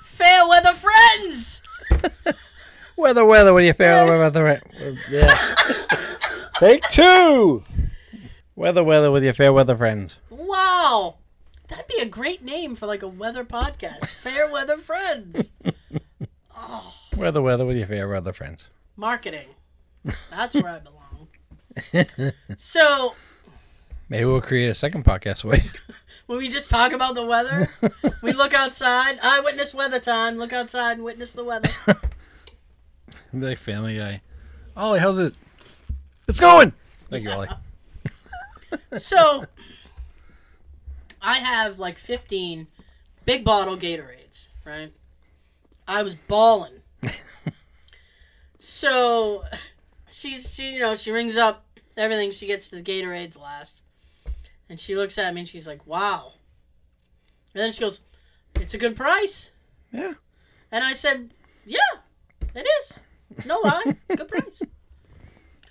Fair weather friends.
Weather, weather, what do you fair weather, weather?
<laughs>
Yeah. Take two. Weather, weather, with your fair weather friends.
Wow. That'd be a great name for like a weather podcast. Fair weather friends.
Weather, weather, with your fair weather friends.
Marketing. That's where I belong. So,
Maybe we'll create a second podcast way.
when we just talk about the weather, we look outside. Eyewitness weather time. Look outside and witness the weather.
<laughs> like Family Guy. Ollie, how's it? It's going. Thank you, Ollie.
So, I have like 15 big bottle Gatorades, right? I was balling. so, she's, she, you know, she rings up everything. She gets to the Gatorades last. And she looks at me and she's like, wow. And then she goes, it's a good price.
Yeah.
And I said, yeah, it is. No lie. It's a good price.
<laughs>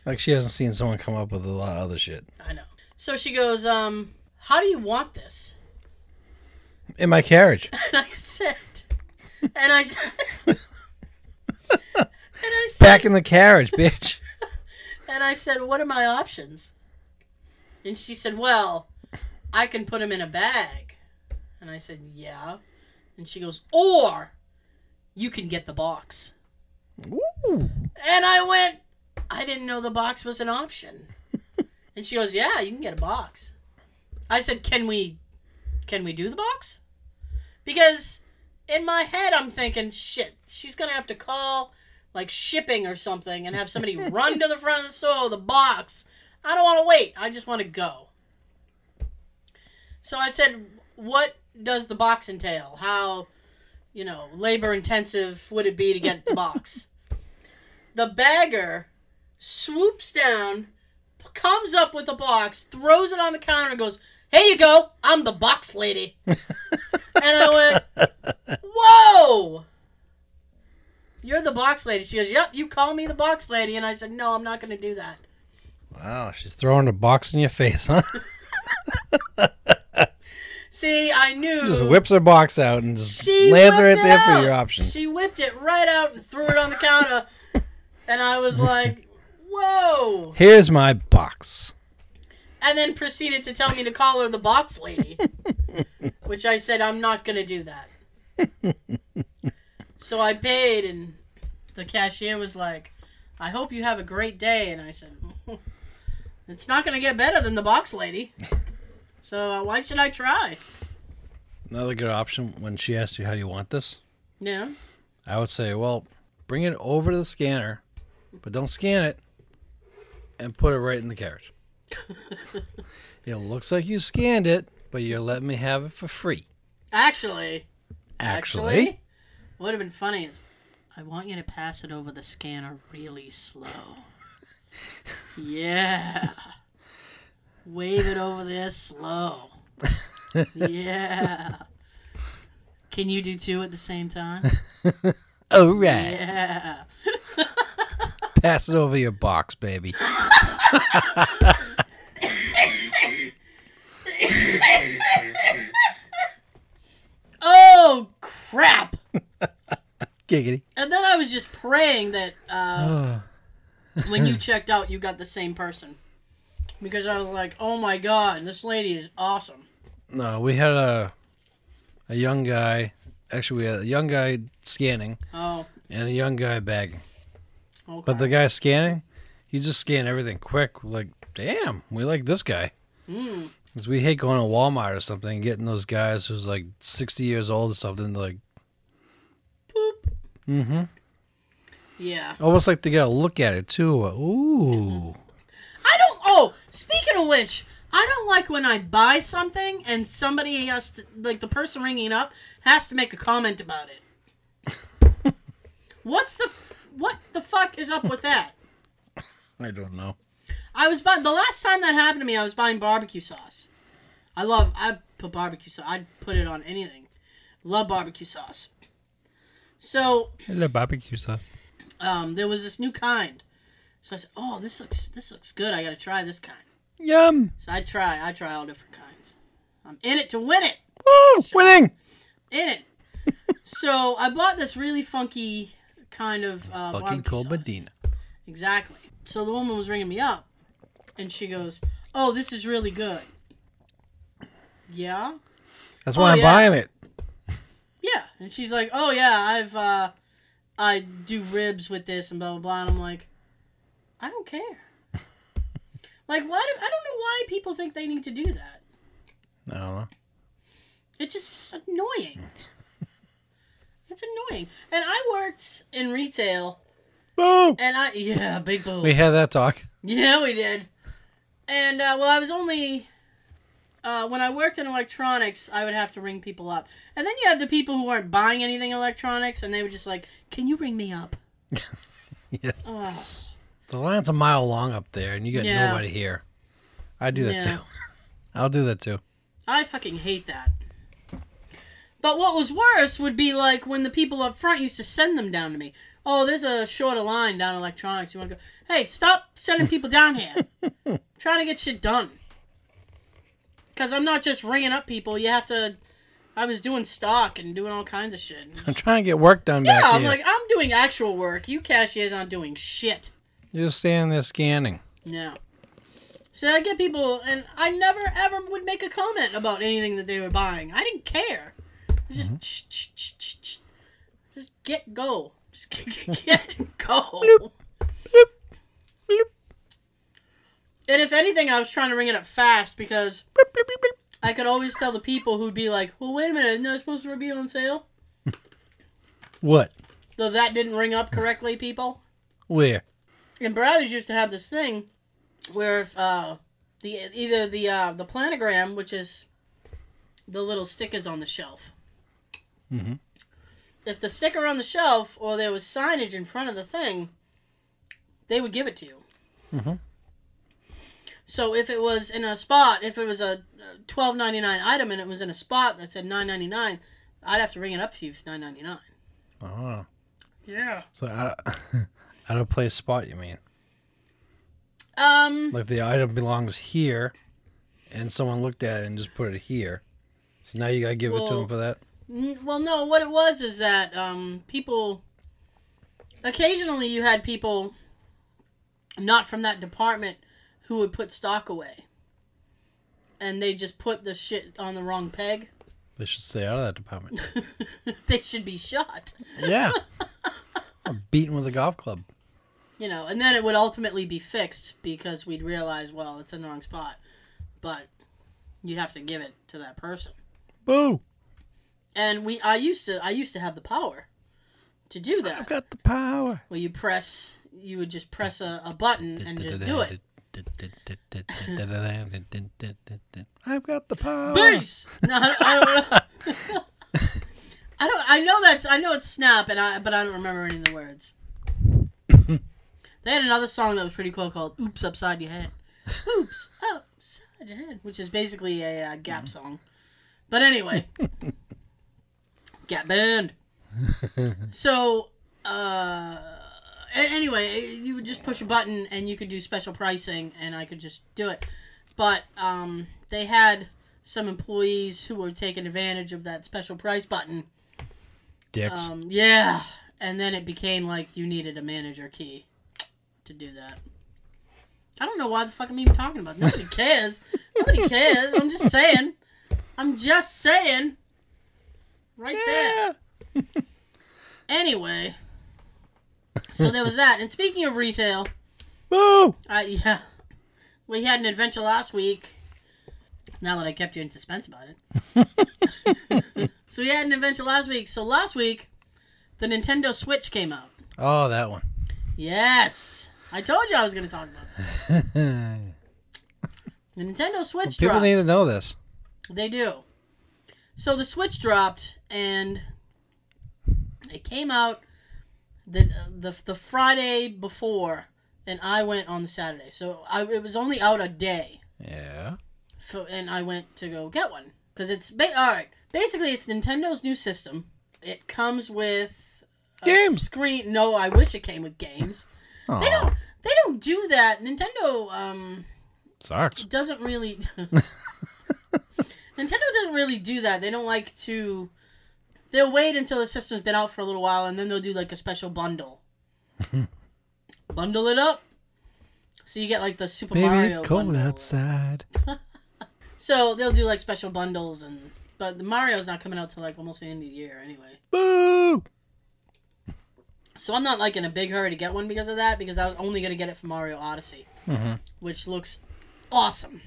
Like she hasn't seen someone come up with a lot of other shit.
I know. So she goes, um, how do you want this?
In my
<laughs>
carriage.
And I said, and I said, <laughs> and I
<laughs>
said,
Back in the carriage, bitch.
and I said, what are my options? And she said, well, I can put them in a bag. And I said, yeah. And she goes, or you can get the box.
Ooh.
And I went, I didn't know the box was an option. and she goes, yeah, you can get a box. I said, can we, can we do the box? Because in my head, I'm thinking, shit, she's going to have to call like shipping or something and have somebody <laughs> run to the front of the store, with the box. I don't want to wait. I just want to go. So I said, what does the box entail? How, you know, labor intensive would it be to get the box? the bagger swoops down, p- comes up with the box, throws it on the counter, and goes, "Here you go, I'm the box lady." and I went, "Whoa, you're the box lady." She goes, "Yep, you call me the box lady," and I said, "No, I'm not going to do that."
Wow, she's throwing a box in your face, huh? <laughs>
See, I knew.
Just whips her box out and just
She
lands her right
whipped it
there for
out.
your options.
She whipped it right out and threw it on the
<laughs>
counter, and I was like, "Whoa."
Here's my box.
and then proceeded to tell me to call her the box lady, which I said I'm not going to do that. so I paid, and the cashier was like, "I hope you have a great day," and I said, <laughs> "It's not going to get better than the box lady." So uh, why should I try?
Another good option when she asks you how do you want this,
Yeah.
I would say, well, bring it over to the scanner, but don't scan it and put it right in
<laughs>
the carriage. it looks like you scanned it, but you're letting me have it for free.
Actually,
Actually,
actually, what would have been funny is, I want you to pass it over the scanner really
<laughs>
slow. yeah. Wave it over there slow. yeah. Can you do two at the same
<laughs>
time?
all right,
Yeah.
pass it over your box, baby.
Oh, crap.
Giggity.
And then I was just praying that uh,
<sighs>
when you checked out, you got the same person. Because I was like, oh my god, this lady is awesome.
No, we had a a young guy. Actually, we had a young guy scanning
Oh,
and a young guy bagging.
okay.
But the guy scanning, he just scanned everything quick. We're like, damn, we like this guy.
Mm.
'Cause we hate going to Walmart or something, and getting those guys who's like 60 years old or something, like, Mm-hmm.
Yeah.
Almost like they got to look at it too. Ooh.
I don't. Oh, speaking of which, I don't like when I buy something and somebody has to, like, the person ringing up has to make a comment about it. What's the what the fuck is up with that?
I don't know.
I was buying the last time that happened to me. I was buying barbecue sauce. I love. I put barbecue sauce. I'd put it on anything. Love barbecue sauce. So
I love barbecue sauce.
um, there was this new kind. So I said, "Oh, this looks this looks good. I got to try this kind."
Yum.
So I try. I try all different kinds. I'm in it to win it.
Woo! Winning.
In it. so I bought this really funky kind of uh,
Fucking
barbecue
cold
sauce.
Medina.
Exactly. So the woman was ringing me up, and she goes, "Oh, this is really good." Yeah,
That's
Oh,
why I'm
yeah.
buying it.
yeah. And she's like, "Oh yeah, I've uh, I do ribs with this and blah blah blah." And I'm like, "I don't care." like, why? Do, I don't know why people think they need to do that.
I don't know.
It's just, just annoying. <laughs> it's annoying. And I worked in retail,
Boo!
and I yeah, big boom.
We had that talk.
Yeah, we did. And uh, well, I was only uh, when I worked in electronics, I would have to ring people up, and then you have the people who aren't buying anything electronics, and they were just like, "Can you ring me up?"
<laughs> Yes.
Ugh.
The line's a mile long up there, and you got
Yeah.
nobody here. I do that
Yeah.
too. <laughs> I'll do that too.
I fucking hate that. But what was worse would be like when the people up front used to send them down to me. Oh, there's a shorter line down electronics. You want to go? Hey, stop sending people down here. trying to get shit done. Because I'm not just ringing up people. You have to. I was doing stock and doing all kinds of shit.
I'm trying to get work done back
Yeah, I'm
here.
like, I'm doing actual work. You cashiers aren't doing shit.
You're standing there scanning.
No. So I get people, and I never ever would make a comment about anything that they were buying. I didn't care. It was just, ch- ch- ch- ch- ch- just get go. Just get, get, get go. And if anything, I was trying to ring it up fast because I could always tell the people who'd be like, well, wait a minute, isn't that supposed to be on sale?
What?
Though that didn't ring up correctly, people.
Where?
and Brothers used to have this thing where if uh, the either the uh, the planogram, which is the little stickers on the shelf,
Mhm.
if the sticker on the shelf or there was signage in front of the thing, they would give it to you.
Mhm.
So if it was in a spot, if it was a twelve ninety nine item and it was in a spot that said nine ninety nine, I'd have to ring it up for you for nine ninety nine.
Oh,
Yeah.
so out of, <laughs> out of place spot, you mean?
Um.
Like the item belongs here, and someone looked at it and just put it here. So now you gotta give it to
Well-
him for that.
N- Well, no. What it was is that um, people occasionally you had people not from that department who would put stock away, and they just put the shit on the wrong peg. <laughs>
They should stay out of that department.
they should be shot, <laughs>
yeah. I'm beaten with a golf club.
you know. And then it would ultimately be fixed because we'd realize, well, it's in the wrong spot, but you'd have to give it to that person.
Boo!
And we, I used to, I used to have the power to do that.
I've got the power.
Well, you press, you would just press a, a button and just do it.
I've got the power.
Peace. <laughs> No, I, I don't know. <laughs> I don't. I know that's. I know it's snap, and I but I don't remember any of the words. they had another song that was pretty cool called "Oops Upside Your Head." Oops upside your head, which is basically a uh, Gap song. But anyway, Gap band. so. uh a- Anyway, you would just push a button and you could do special pricing, and I could just do it. But um, they had some employees who were taking advantage of that special price button.
Dicks.
Um, yeah, and then it became like you needed a manager key to do that. I don't know why the fuck I'm even talking about. it. Nobody cares. Nobody cares. I'm just saying. I'm just saying. Right there. Anyway, so there was that. And speaking of retail,
Boo!
I Uh, yeah. We had an adventure last week. Now that I kept you in
<laughs>
suspense about it. so we had an adventure last week. So last week, the Nintendo Switch came out.
Oh, that one.
Yes, I told you I was going to talk about that.
<laughs>
The Nintendo Switch
People
dropped.
need to know this.
They do. So the Switch dropped, and it came out the the the Friday before, and I went on the Saturday. So I it was only out a day,
Yeah.
for, and I went to go get one because it's ba- all right. Basically, it's Nintendo's new system. It comes with a
Games.
Screen? No, I wish it came with games. They
Oh,
don't. They don't do that. Nintendo. Um
sucks.
doesn't really <laughs> Nintendo doesn't really do that. They don't like to they'll wait until the system's been out for a little while and then they'll do like a special bundle. bundle it up. So you get like the Super
Baby,
Mario
it's cold
bundle.
uh,
outside.
So they'll do like special bundles and but the Mario's not coming out till like almost the end of the year anyway.
Boo!
So I'm not like in a big hurry to get one because of that because I was only gonna get it for Mario Odyssey, which looks awesome.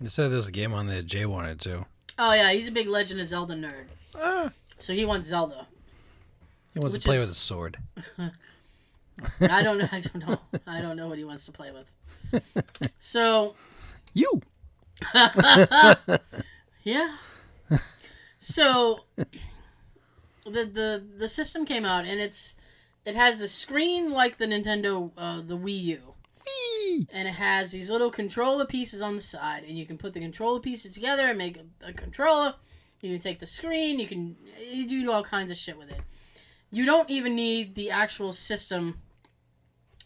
You said there was a game on there Jay wanted to.
Oh yeah, he's a big Legend of Zelda nerd,
Ah,
so he wants Zelda.
he wants
Which
to play
is-
with a sword.
I don't. <laughs> I don't know. I don't know what he wants to play with. So
You.
yeah. So the the the system came out and it's it has the screen like the Nintendo uh, the Wii U, and it has these little controller pieces on the side, and you can put the controller pieces together and make a, a controller. You can take the screen. You can you do all kinds of shit with it. You don't even need the actual system.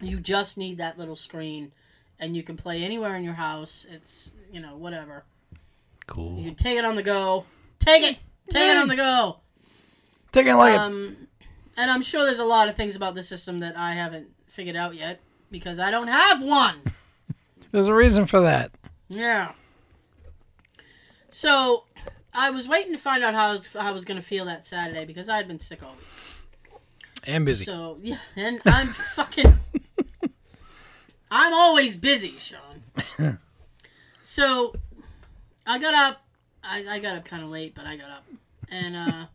You just need that little screen, and you can play anywhere in your house. It's you know whatever.
Cool.
You take it on the go. Take it. Take it on the go.
Take it like a
Um, and I'm sure there's a lot of things about the system that I haven't figured out yet because I don't have one.
There's a reason for that.
Yeah. So I was waiting to find out how I was, how I was going to feel that Saturday because I had been sick all week.
And busy.
So yeah, and I'm fucking. <laughs> I'm always busy, Sean.
<laughs>
so, I got up. I, I got up kind of late, but I got up, and uh,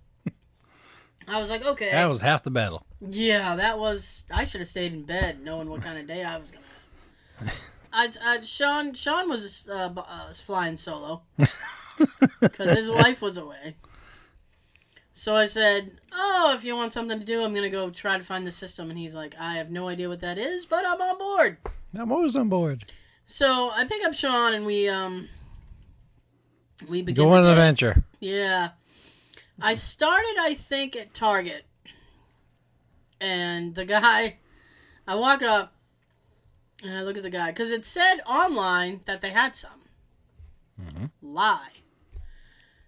I was like, okay,
that was half the battle.
yeah, that was. I should have stayed in bed, knowing what kind of day I was gonna.
<laughs>
have. I, I Sean Sean was uh, b- uh, was flying
<laughs>
solo because his wife was away. So I said, "Oh, if you want something to do, I'm gonna go try to find the system." And he's like, "I have no idea what that is, but I'm on board."
I'm always on board.
So I pick up Sean and we um we begin.
Go
the
on an
day.
adventure.
Yeah. I started, I think, at Target. And the guy, I walk up and I look at the guy because it said online that they had some. Lie.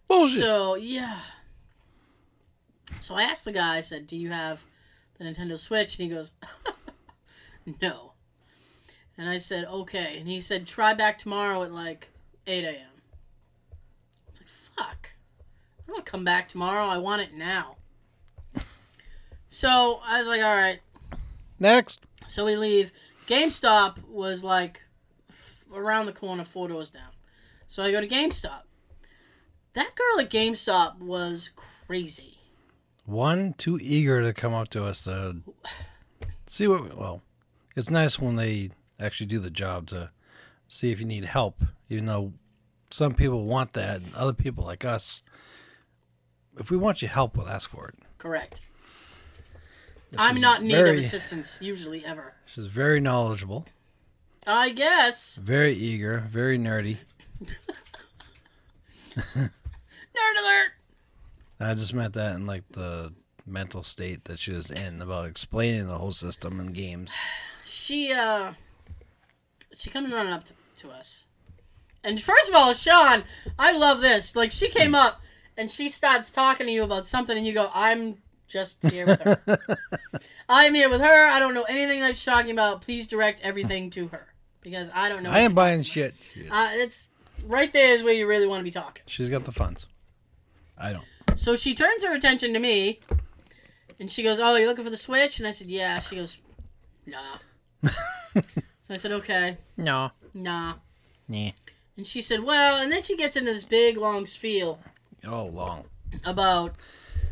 Bullshit.
So, yeah. So I asked the guy, I said, Do you have the Nintendo Switch? And he goes, <laughs> No. And I said, Okay. And he said, Try back tomorrow at like 8 a.m. It's like, Fuck. I'm going to come back tomorrow. I want it now. So I was like, All right.
Next.
So we leave. GameStop was like f- around the corner, four doors down. So I go to GameStop. That girl at GameStop was crazy.
One too eager to come up to us to see what. We, well, it's nice when they actually do the job to see if you need help. Even though some people want that, and other people like us, if we want your help, we'll ask for it.
Correct. I'm
is
not in need of
very-
assistance usually ever.
She's very knowledgeable,
I guess
very eager, very nerdy.
nerd alert.
I just meant that in like the mental state that she was in about explaining the whole system and games.
She uh, she comes running up to, to us, and first of all, Sean, I love this. Like she came up and she starts talking to you about something, and you go, "I'm just here with her.
<laughs>
I'm here with her. I don't know anything that she's talking about. Please direct everything to her because I don't know."
I am
what
buying shit.
you're- uh, it's right there is where you really want to be talking.
She's got the funds. I don't.
So she turns her attention to me, and she goes, "Oh, you looking for the Switch?" And I said, "Yeah." She goes, "Nah." so I said, "Okay,
No.
nah."
Nah.
And she said, "Well," and then she gets into this big long spiel
Oh, long.
about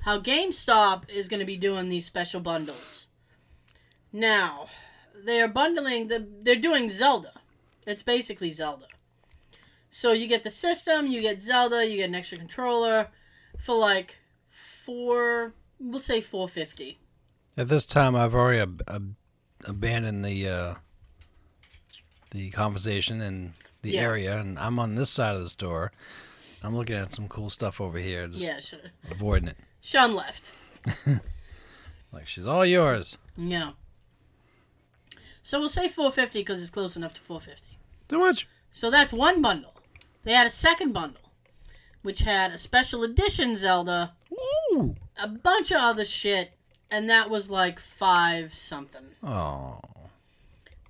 how GameStop is going to be doing these special bundles. Now, they are bundling the they're doing Zelda. It's basically Zelda. So you get the system, you get Zelda, you get an extra controller for like 4 we'll say 450.
At this time, I've already ab- ab- abandoned the uh, the conversation and the
Yeah.
area, and I'm on this side of the store. I'm looking at some cool stuff over here, just
Yeah, sure.
avoiding it.
Sean left.
Like she's all yours.
Yeah. So we'll say 450 because it's close enough to 450.
Too much.
So that's one bundle. They had a second bundle, which had a special edition Zelda,
Ooh.
a bunch of other shit, and that was like five something.
Oh.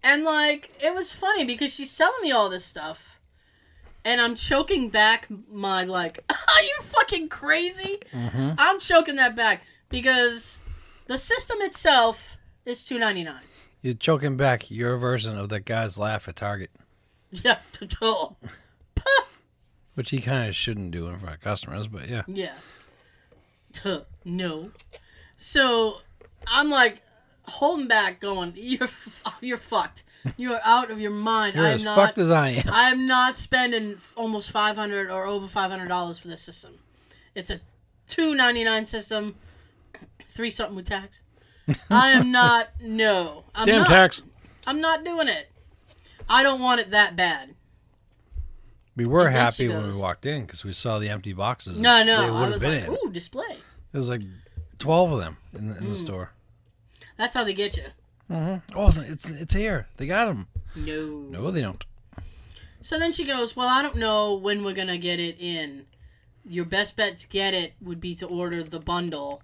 And like, it was funny because she's selling me all this stuff, and I'm choking back my like, <laughs> are you fucking crazy?
Mm-hmm.
I'm choking that back because the system itself is 2.99.
You're choking back your version of that guy's laugh at Target,
<laughs> Yeah, total.
which he kind of shouldn't do in front of customers, but yeah.
Yeah. Tuh, no. So I'm like holding back, going, "You're f- you're fucked. You are out of your mind.
You're
I'm
as
not.
fucked as I am.
<laughs> I'm not spending almost 500 or over 500 dollars for this system. It's a 2.99 system, <clears throat> three something with tax. I
<laughs>
am not. No, I'm
Damn
not.
tax.
I'm not doing it. I don't want it that bad.
We were
I think she
happy when we
does.
walked in because we saw the empty boxes.
No,
that
no.
They
I
would have
was
been
like,
in.
ooh, Mm. display.
It was like 12 of them in the, in the store.
That's how they get you.
Oh, th- it's it's here. They got them.
No.
No, they don't.
So then she goes, Well, I don't know when we're going to get it in. Your best bet to get it would be to order the bundle.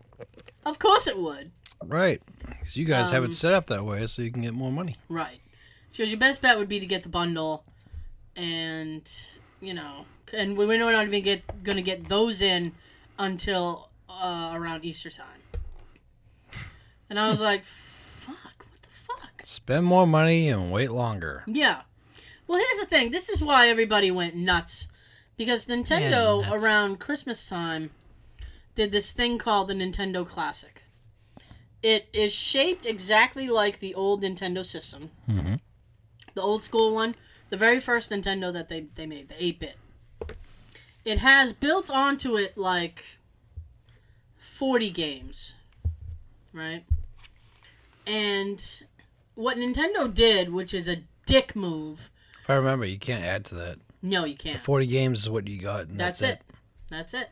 Of course it would.
Right. Because you guys have
Um,
it set up that way so you can get more money.
Right. She goes, Your best bet would be to get the bundle. And, you know, and we- we're not even get going to get those in until uh, around Easter time. And I was like, Fuck, what the fuck?
Spend more money and wait longer.
Yeah. Well, here's the thing. This is why everybody went nuts because Nintendo
nuts.
around Christmas time did this thing called the Nintendo Classic. It is shaped exactly like the old Nintendo system.
Mhm.
The old school one, the very first Nintendo that they, they made, the 8 bit. It has built onto it like 40 games, right? And what Nintendo did, which is a dick move.
If I remember, you can't add to that.
No, you can't.
40 games is what you got. And
That's,
that's,
it. That's it.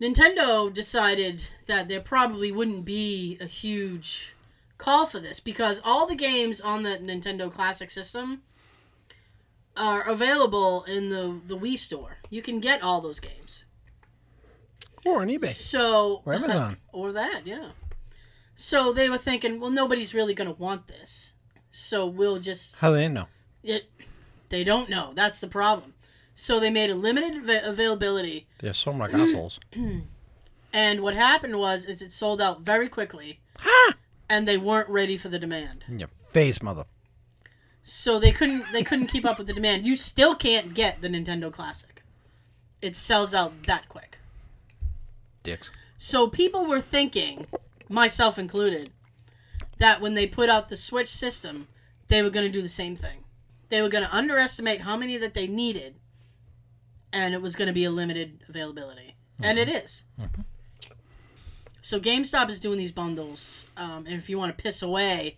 Nintendo decided that there probably wouldn't be a huge call for this because all the games on the Nintendo Classic system are available in the, the Wii store. You can get all those games.
Or on eBay.
So uh,
Or Amazon.
or that, yeah. So they were thinking, well, nobody's really going to want this. So we'll just
How they know?
it, they don't know. That's the problem. So they made a limited av- availability
They're so much
Mm.
assholes.
And what happened was is it sold out very quickly. And they weren't ready for the demand.
In your face, mother.
So they couldn't they couldn't keep up with the demand. You still can't get the Nintendo Classic. It sells out that quick.
Dicks.
So people were thinking, myself included, that when they put out the Switch system, they were going to do the same thing. They were going to underestimate how many that they needed, and it was going to be a limited availability. And it is. So GameStop is doing these bundles, um, and if you want to piss away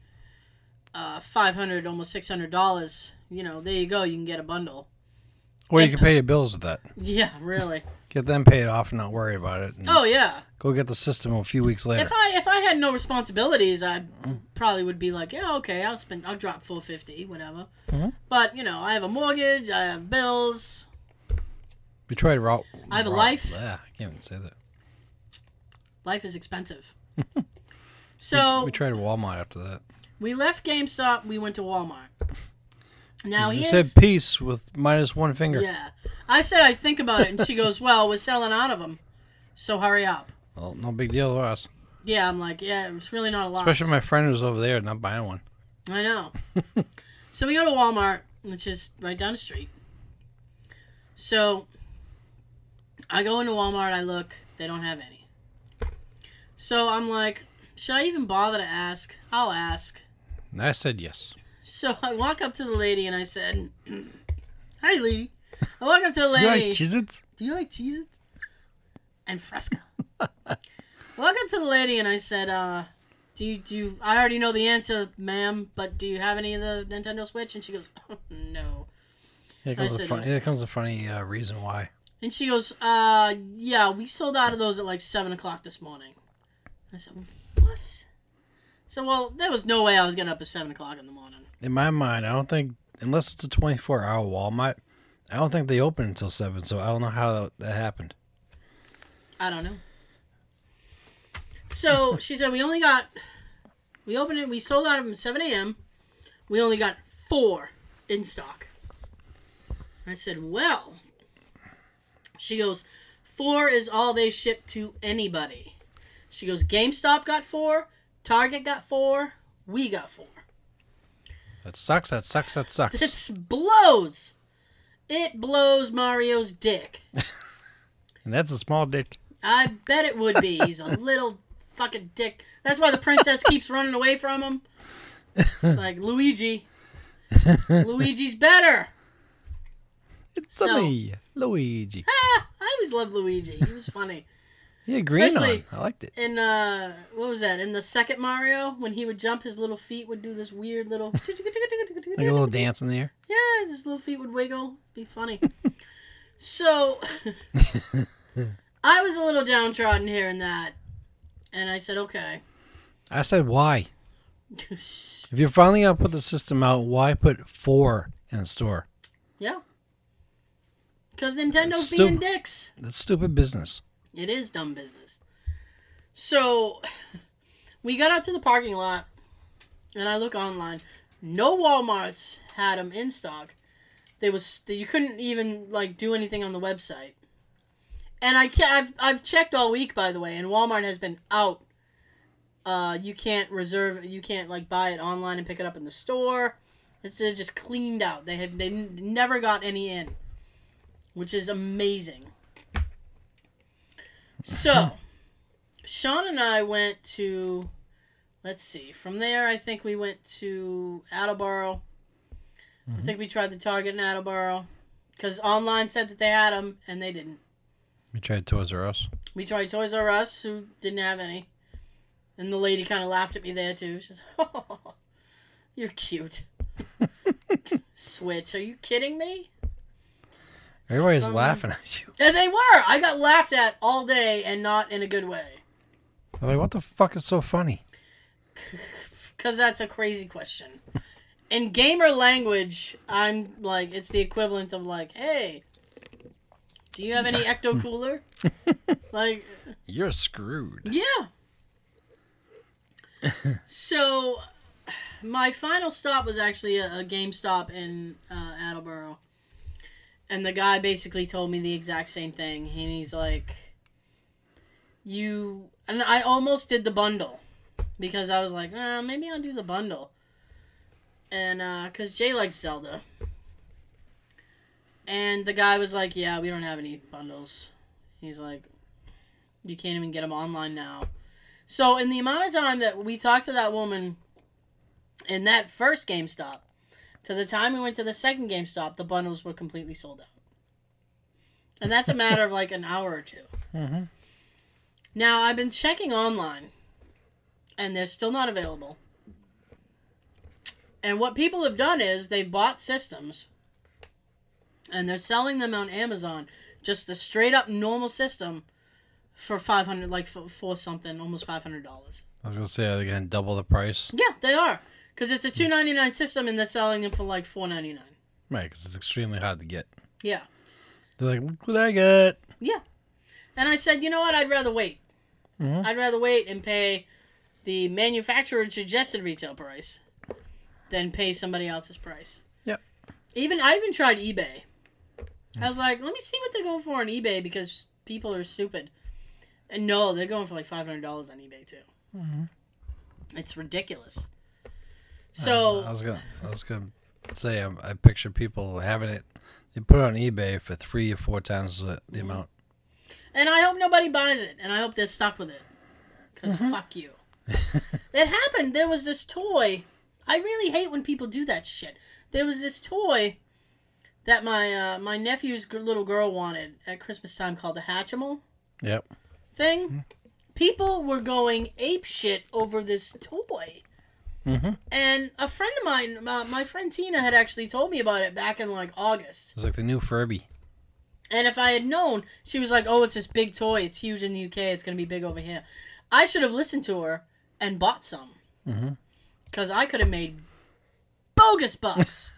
uh, five hundred, almost six hundred dollars, you know, there you go. You can get a bundle.
Or you can pay your bills with that.
Yeah, really.
Get them paid off and not worry about it. and
Oh yeah.
Go get the system a few weeks later.
If I if I had no responsibilities, I probably would be like, yeah, okay, I'll spend, I'll drop four fifty, whatever.
Mhm.
But you know, I have a mortgage, I have bills.
We tried to rob.
I have a
rob-
life.
Yeah, I can't even say that.
Life is
<laughs>
expensive. so
we
we,
tried Walmart after that.
left GameStop. We went to Walmart. Now
you
he
said
is.
peace with minus one finger.
Yeah, I said I think about it, and
<laughs>
she goes, "Well, we're selling out of them, so hurry up."
Well, no big deal to us.
Yeah, I'm like, yeah, it's really not a lot.
Especially my friend who's over there not buying one.
I know. so we go to Walmart, which is right down the street. So I go into Walmart, I look, they don't have any. So I'm like, should I even bother to ask? I'll ask.
And I said yes.
So I walk up to the lady and I said, <clears throat> "Hi, lady." I walk up to the lady.
You like Cheez Its?
Do you like cheez And <laughs> Fresca. Walk up to the lady and I said, uh, do you, do you, I already know the answer, ma'am, but do you have any of the Nintendo Switch? And she goes, <laughs> oh, no.
Here comes,
said
the fun-
no.
here comes the funny uh, reason why.
And she goes, uh, yeah, we sold out of those at like 7 o'clock this morning. I said, what? So, well, there was no way I was getting up at 7 o'clock in the morning.
In my mind, I don't think, unless it's a 24 hour Walmart, I don't think they open until 7, so I don't know how that, that happened.
I don't know. So she said we only got we opened it we sold out of them at seven AM. We only got four in stock. I said, Well she goes, Four is all they ship to anybody. She goes, GameStop got four, Target got four, we got four. <laughs>
That sucks, that sucks, that sucks.
It blows. It blows Mario's dick.
And that's a small dick.
I bet it would be. He's a little fucking dick. That's why the princess keeps running away from him. It's like Luigi. Luigi's better.
it's
so-
me, Luigi.
Ah, I always loved Luigi. He was funny.
Yeah, green on.
Especially-
I liked it.
In uh, what was that? In the second Mario, when he would jump, his little feet would do this weird little.
Like a little dance in the air.
Yeah, his little feet would wiggle. Be funny. so <laughs> I was a little downtrodden here and that, and I said, okay. <laughs>
I said, why? If you're finally going to put the system out, why put four in the store?
Yeah. Because Nintendo's
It's
being
stupid.
dicks.
That's stupid business.
It is dumb business. So, we got out to the parking lot, and I look online. No WalMarts had them in stock. They was you couldn't even like do anything on the website. And I can't. I've I've checked all week, by the way, and Walmart has been out. Uh, you can't reserve. You can't like buy it online and pick it up in the store. It's uh, just cleaned out. They have they n- never got any in, which is amazing. So, Sean and I went to, let's see, from there I think we went to Attleboro. I think we tried the Target in Attleboro because online said that they had them and they didn't.
We tried Toys R Us.
We tried Toys R Us, who didn't have any. And the lady kind of laughed at me there, too. She's like, <laughs> oh, you're cute. Switch, are you kidding me?
Everybody's
Fun.
laughing at you.
And they were. I got laughed at all day and not in a good way.
I'm like, what the fuck is so funny?
Because that's a crazy question. In gamer language, I'm like, it's the equivalent of like, hey, do you have any Ecto Cooler? like,
You're screwed.
yeah. so, my final stop was actually a, a GameStop in uh, Attleboro. And the guy basically told me the exact same thing. And he's like, You. And I almost did the bundle because I was like, uh, maybe I'll do the bundle. And, uh, because Jay likes Zelda. And the guy was like, Yeah, we don't have any bundles. He's like, you can't even get them online now. So in the amount of time that we talked to that woman in that first GameStop, to the time we went to the second GameStop, the bundles were completely sold out. And that's a matter of like an hour or 2
Mhm.
Now I've been checking online, and they're still not available. And what people have done is they bought systems, and they're selling them on Amazon, just the straight up normal system, for five hundred, like for, for something, almost five hundred dollars.
I was gonna say, are they gonna double the price?
Yeah, they are, because it's a two ninety nine system, and they're selling them for like four ninety nine.
Right, because it's extremely hard to get.
Yeah,
They're like, look what I got.
and I said, you know what? I'd rather wait.
Mhm.
I'd rather wait and pay the manufacturer suggested retail price than pay somebody else's price.
Yep.
Even I even tried eBay. I was like, let me see what they go for on eBay because people are stupid. And no, they're going for like five hundred dollars on eBay too.
Mm-hmm.
It's ridiculous. So
I was gonna, I was gonna say, um, I, I picture people having it. They put it on eBay for three or four times the, the amount.
And I hope nobody buys it, and I hope they're stuck with it. because fuck you. it happened. There was this toy. I really hate when people do that shit. There was this toy that my uh, my nephew's gr- little girl wanted at Christmas time called the Hatchimal
Yep.
thing. People were going ape shit over this toy.
Mhm.
And a friend of mine, my, my friend Tina, had actually told me about it back in like August.
It's like the new Furby.
And if I had known, she was like, "Oh, it's this big toy. It's huge in the UK. It's gonna be big over here." I should have listened to her and bought some,
Mhm.
because I could have made bogus bucks.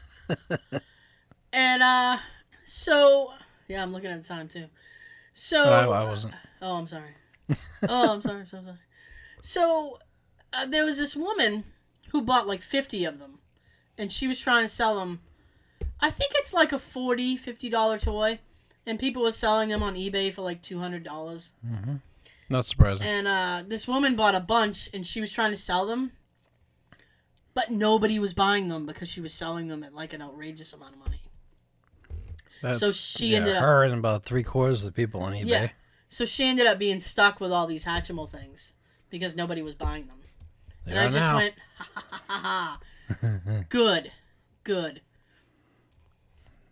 and uh, so yeah, I'm looking at the time too. So
I, I wasn't.
Oh, I'm sorry. oh, I'm sorry. So sorry. So uh, there was this woman who bought like 50 of them, and she was trying to sell them. I think it's like a 40 50 dollar toy, and people were selling them on eBay for like 200 dollars.
Not surprising.
And uh, this woman bought a bunch, and she was trying to sell them, but nobody was buying them because she was selling them at like an outrageous amount of money.
That's,
she
yeah,
ended up-
her and about three quarters of the people on eBay.
Yeah. So she ended up being stuck with all these Hatchimal things because nobody was buying them.
They
And
are
I just
now.
went, ha ha ha ha ha. <laughs> good, good.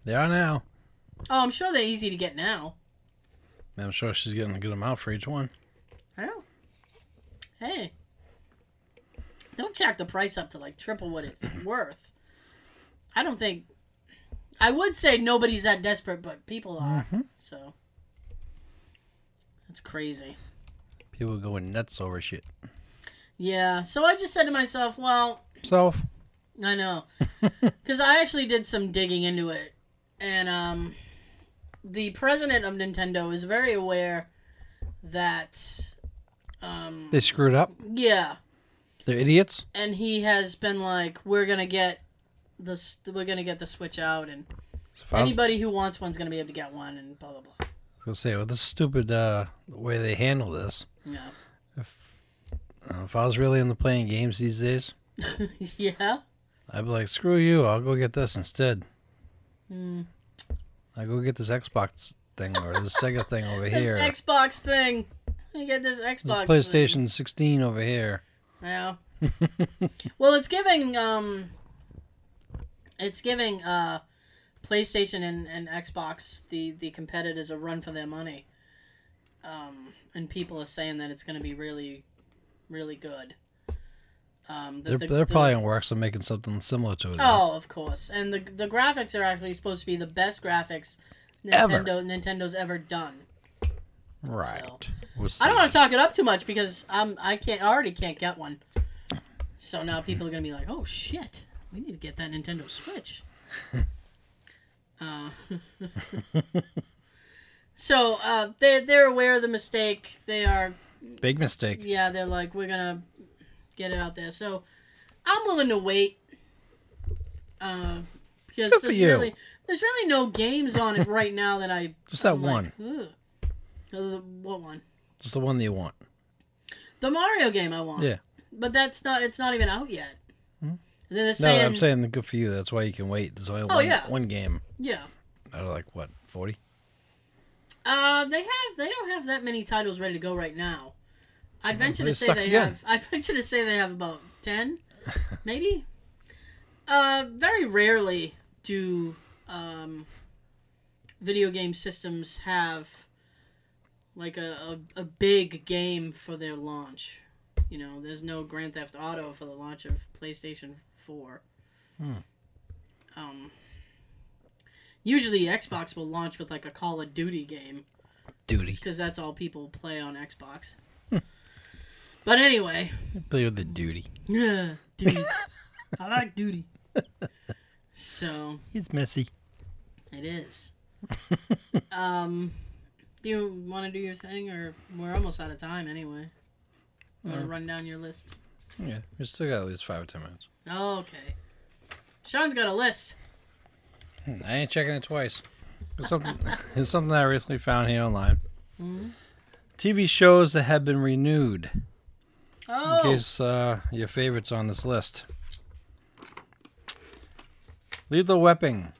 They are now.
Oh, I'm sure they're easy to get now.
And I'm sure she's getting a good amount for each one.
I know. Hey, don't jack the price up to like triple what it's <clears throat> worth. I don't think. I would say nobody's that desperate, but people are. So that's crazy.
People going nuts over shit.
Yeah. So I just said to myself, well,
Self.
I know. Because I actually did some digging into it. And um, the president of Nintendo is very aware that. Um,
They screwed up.
yeah.
They're idiots.
And he has been like, we're going to get. The, s- we're gonna get the switch out, and
So if I was-
anybody who wants one's gonna be able to get one, and blah blah blah.
I was gonna say, well, this stupid uh, way they handle this.
Yeah,
If uh, if I was really into playing games these days,
<laughs> yeah,
I'd be like, screw you. I'll go get this instead.
mm.
I go get this Xbox thing or
<laughs>
this Sega thing over
this
here.
Xbox thing. You get this
this
Xbox.
PlayStation
thing.
16 over here. <laughs>
Yeah. well, it's giving um it's giving uh PlayStation and, and Xbox the the competitors a run for their money. Um and people are saying that it's going to be really really good. Um the,
They're,
the-
they're
the-
probably in works on making something similar to it. now.
Oh, of course. And the the graphics are actually supposed to be the best graphics
Ever.
Nintendo Nintendo's ever done.
right. We'll see.
I don't want to talk it up too much because I'm I can't I already can't get one. So now people are gonna be like, oh shit, we need to get that Nintendo
<laughs>
Switch. uh, <laughs> so uh, they they're aware of the mistake. They are
Big mistake.
yeah they're like we're gonna get it out there. So I'm willing to wait. Uh, because
Good for
there's
you.
really there's really no games on it right now that I
Just that
I'm
one.
like, "Ugh." Uh, What one?
Just the one that you want.
The Mario game I want.
Yeah.
But that's not. It's not even out yet.
Hmm?
Then they're
No,
saying, Oh,
I'm saying the good for you. That's why you can wait. There's only one
yeah.
one game
yeah.
out of like what forty.
Uh, they have. They don't have that many titles ready to go right now. I'd venture to
they
say
suck
they
again.
have. I'd <laughs> venture to say they have about
<laughs>
ten, maybe. Uh, very rarely do um, video game systems have like a, a, a big game for their launch. You know, there's no Grand Theft Auto for the launch of PlayStation Four.
Hmm.
Um, usually Xbox will launch with like a Call of Duty game
Duty.
because that's all people play on Xbox. but anyway, <laughs>
Play with the duty.
yeah, duty. I like duty. So
It's messy.
it
<laughs>
is. Um, do you want to do your thing, or we're almost out of time anyway? Want to
Uh.
run down your list?
Yeah. We still got at least five or ten minutes.
okay. Sean's got a list.
I ain't checking it twice. It's something, <laughs> it's something I recently found here online.
Mhm.
TV shows that have been renewed.
Oh,
in case uh, your favorites on this list. Lethal Weapon.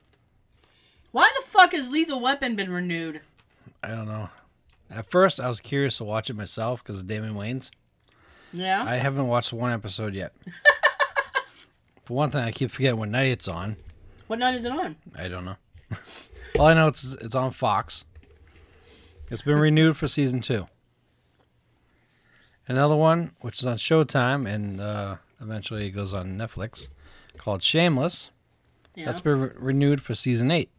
why the fuck has Lethal Weapon been renewed?
I don't know. At first, I was curious to watch it myself because of Damon Wayans.
Yeah.
I haven't watched one episode yet. For one thing, I keep forgetting what night it's on.
what night is it on?
I don't know. <laughs> All I know it's it's on Fox. It's been renewed for season two. Another one, which is on Showtime and uh, eventually it goes on Netflix, called Shameless.
Yeah.
That's been re- renewed for season eight.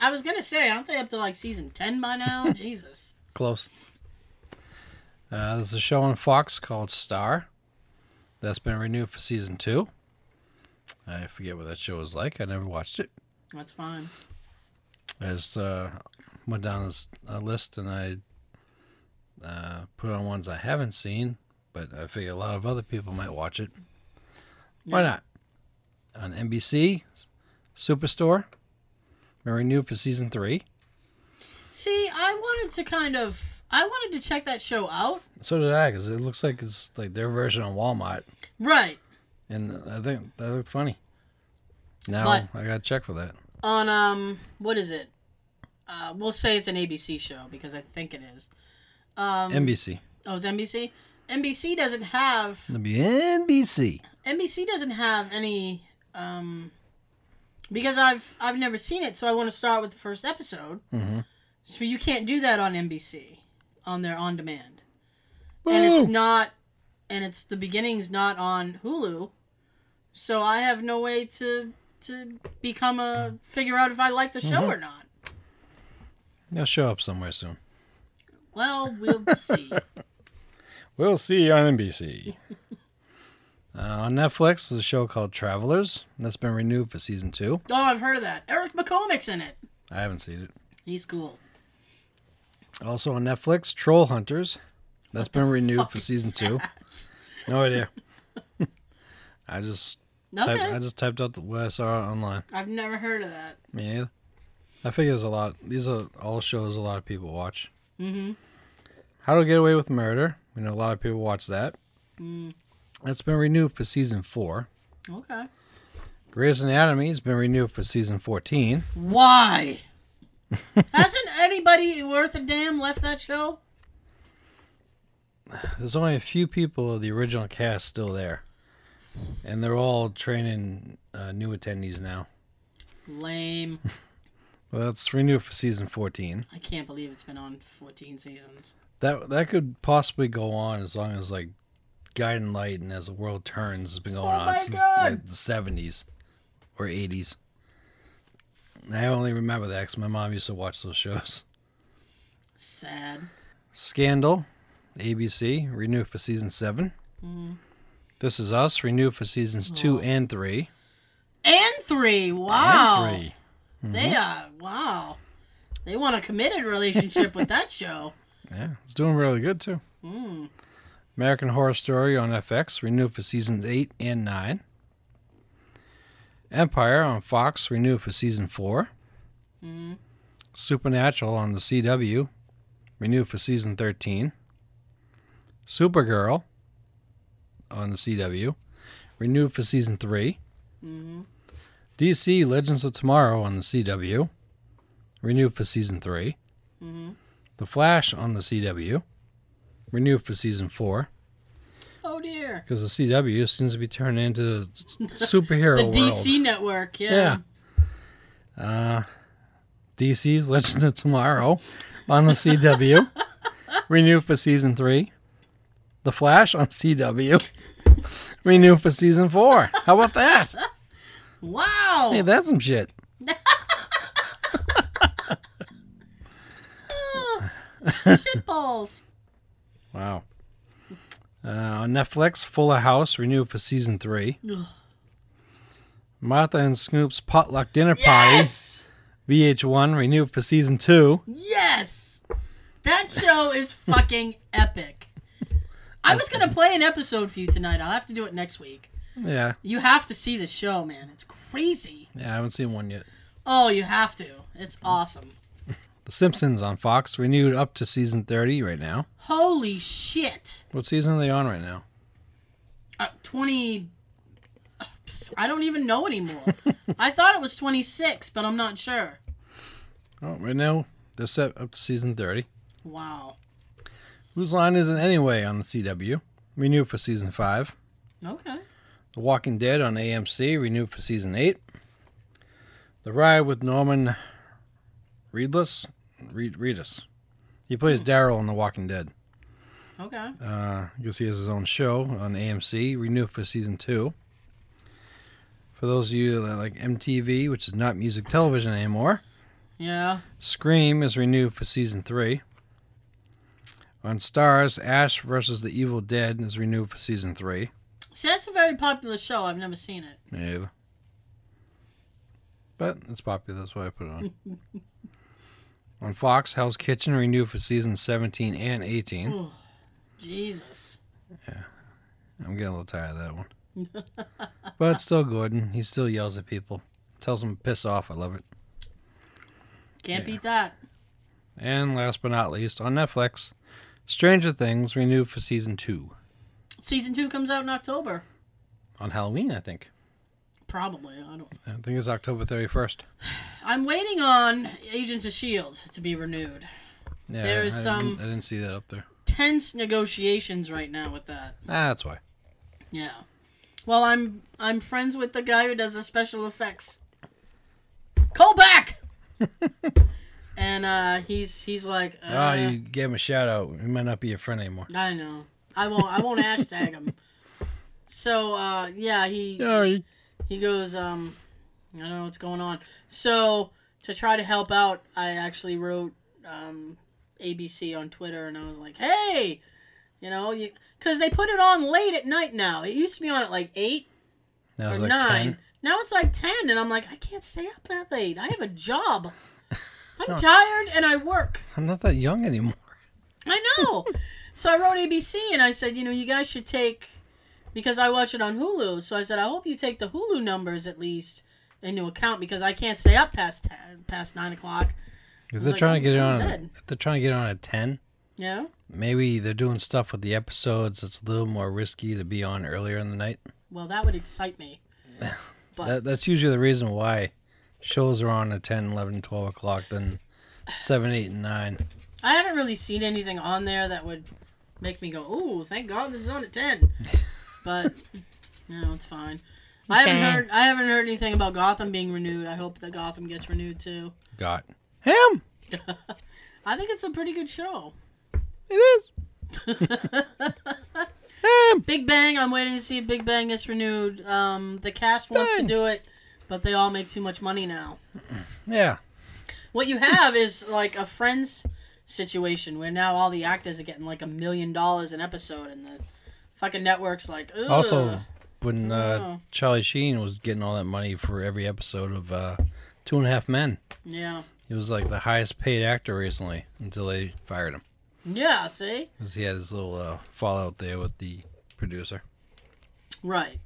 I was gonna say, aren't they up to like season ten by now? Jesus.
Close. Uh, there's a show on Fox called Star. That's been renewed for season two. I forget what that show was like. I never watched it.
That's fine.
I just uh, went down this uh, list and I uh, put on ones I haven't seen, but I figure a lot of other people might watch it. Why not? On NBC, Superstore, been renewed for season three.
See, I wanted to kind of I wanted to check that show out.
So did I, because it looks like it's like their version on Walmart,
Right.
and I think that looked funny. Now
But-
I gotta check for that.
On um what is it? Uh, we'll say it's an ABC show because I think it is. Um
NBC,
oh it's NBC? NBC doesn't have
It'll be NBC.
NBC doesn't have any um because I've I've never seen it, so I want to start with the first episode.
Mhm.
So you can't do that on NBC on their on demand. And it's not and it's the beginning's not on Hulu. So I have no way to to become a figure out if I like the show
Mm-hmm.
or not.
They'll show up somewhere soon.
Well, we'll
<laughs>
see. Oh,
We'll see on NBC. <laughs> uh, on Netflix is a show called Travelers that's been renewed for season two.
Oh, I've heard of that. Eric McCormick's in it.
I haven't seen it.
He's cool.
Also on Netflix, Troll Hunters. That's been renewed
Fuck
for
is
season two.
that?
No idea. <laughs> I just
Okay.
typed, I just typed out what I saw online.
I've never heard of that.
Me neither. I figure there's a lot. These are all shows a lot of people watch.
Mm-hmm.
How to Get Away with Murder. We know a lot of people watch that.
Mm.
That's been renewed for season four.
Okay.
Grey's Anatomy has been renewed for season fourteen.
Why? <laughs> Hasn't anybody worth a damn left that show?
There's only a few people of the original cast still there, and they're all training uh, new attendees now.
Lame.
Well, that's renewed for season 14.
I can't believe it's been on 14 seasons.
That that could possibly go on as long as like Guiding Light and As the World Turns has been going on since like, the 70s or 80s. I only remember that because my mom used to watch those shows.
Sad.
Scandal, ABC renewed for season seven.
Mhm.
This Is Us renewed for seasons two and three.
And three. Wow.
And three. Mm-hmm.
They are. Wow. They want a committed relationship with that show. <laughs>
Yeah, it's doing really good too.
Mm.
American Horror Story on FX renewed for seasons eight and nine. Empire on Fox renewed for season four.
Mm.
Supernatural on the CW renewed for season thirteen. Supergirl on the CW renewed for season three.
hmm
DC Legends of Tomorrow on the CW renewed for season three.
hmm
The Flash on the CW renewed for season four.
Oh, dear.
Because the CW seems to be turning into the s- superhero
The
world.
DC network. Yeah.
Yeah. Uh, DC's Legend of Tomorrow on the CW. renewed for season three. The Flash on CW. <laughs> renewed for season four. How about that?
Wow.
Hey, that's some shit.
Ah,
<laughs>
Shit balls.
Wow. Uh, on Netflix, Fuller House renewed for season three.
Ugh.
Martha and Snoop's Potluck Dinner
Yes.
Party, VH1, renewed for season two.
Yes. That show is fucking epic. I was going to play an episode for you tonight. I'll have to do it next week.
Yeah,
You have to see the show, man. It's crazy.
yeah, I haven't seen one yet.
Oh, you have to. It's awesome.
The Simpsons on Fox renewed up to season 30 right now.
Holy shit.
What season are they on right now?
Uh, 20. I don't even know anymore. I thought it was 26, but I'm not sure.
Oh, right now they're set up to season 30.
Wow.
Whose line is it anyway on the CW? renewed for season five.
Okay.
The Walking Dead on AMC renewed for season eight. The Ride with Norman Reedless, Reed, Reedus. He plays Daryl in The Walking Dead.
Okay.
Uh, I guess he has his own show on AMC, renewed for season two. For those of you that like MTV, which is not music television anymore,
Yeah.
Scream is renewed for season three. On Stars, Ash versus the Evil Dead is renewed for season three.
See, that's a very popular show. I've never seen it.
Yeah. But it's popular, that's why I put it on.
<laughs>
on Fox, Hell's Kitchen renewed for season 17 and
Mm.
18.
Jesus.
I'm getting a little tired of that one.
<laughs>
but it's still Gordon. He still yells at people, tells them to piss off. I love it.
Can't beat that.
And last but not least, on Netflix, Stranger Things renewed for season two
Season two comes out in October.
on Halloween, I think.
Probably. I don't.
I think it's October 31st.
I'm waiting on Agents of Shield E to be renewed.
Yeah,
There is
I
some-
Didn't, I didn't see that up there.
Tense negotiations right now with that.
Ah, that's why.
Yeah. Well, I'm I'm friends with the guy who does the special effects. Call back. and uh, he's he's like. Uh,
Ah, you gave him a shout out. He might not be your friend anymore.
I know. I won't. I won't hashtag him. So uh, yeah, he
Sorry.
he goes. Um, I don't know what's going on. So to try to help out, I actually wrote um, ABC on Twitter, and I was like, hey, you know, because they put it on late at night now. It used to be on at like eight
That
or
was like
nine.
10.
Now it's like ten, and I'm like, I can't stay up that late. I have a
<laughs>
job. I'm tired and I work.
I'm not that young anymore.
I know. so I wrote ABC and I said, you know, you guys should take because I watch it on Hulu. So I said, I hope you take the Hulu numbers at least into account because I can't stay up past 10, past nine o'clock.
If
was
they're
like,
trying
I'm
to get it
going
on,
to
a-
bed.
if they're trying to get it on at 10,
Yeah.
maybe they're doing stuff with the episodes that's a little more risky to be on earlier in the night.
Well, that would excite me. But-
That, that's usually the reason why shows are on at 10, 11, 12 o'clock, then 7, 8, and 9.
I haven't really seen anything on there that would make me go, "Ooh, thank God this is on at 10. But you know, it's fine. I haven't heard I haven't heard anything about Gotham being renewed. I hope that Gotham gets renewed too.
Got him.
I think it's a pretty good show.
It is. him.
Big Bang, I'm waiting to see if Big Bang gets renewed. Um, the cast wants to
Dang.
do it, but they all make too much money now.
Yeah.
What you have
<laughs>
is like a Friends situation where now all the actors are getting like a million dollars an episode, and the fucking network's like, Ugh.
Also, when uh,
Oh.
Charlie Sheen was getting all that money for every episode of uh, Two and a Half Men,
yeah,
he was like the highest paid actor recently until they fired him
yeah, see,
because he had his little uh, fallout there with the producer.
right.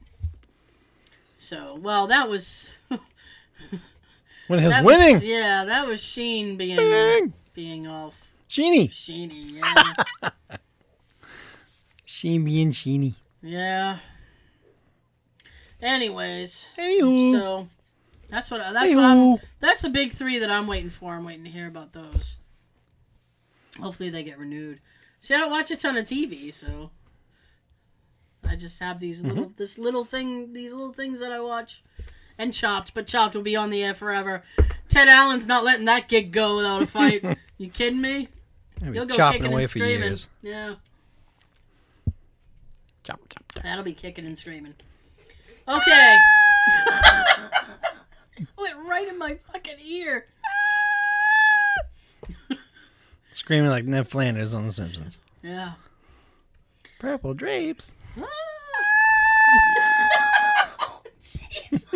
So, well, that was
When his
that was-
winning,
yeah, that was Sheen being
Winning.
being
<laughs>
all
Sheeny.
Sheeny, yeah,
Sheen being Sheeny.
yeah. Anyways.
Anywho.
So that's what that's what I'm. That's the big three that I'm waiting for. I'm waiting to hear about those. Hopefully they get renewed. See, I don't watch a ton of TV, so I just have these
Mm-hmm.
little this little thing these little things that I watch. And Chopped, but Chopped will be on the air forever. Ted Allen's not letting that gig go without a fight.
<laughs>
you kidding me?
They'll be
You'll go
chopping
kicking
away
and
for
screaming.
years.
Yeah.
Chop, chop, chop.
That'll be kicking and screaming. Okay. <laughs> Went right in my fucking ear.
Screaming like Ned Flanders on The Simpsons.
Yeah. Ah.
Purple drapes.
<laughs> Jesus. <sighs>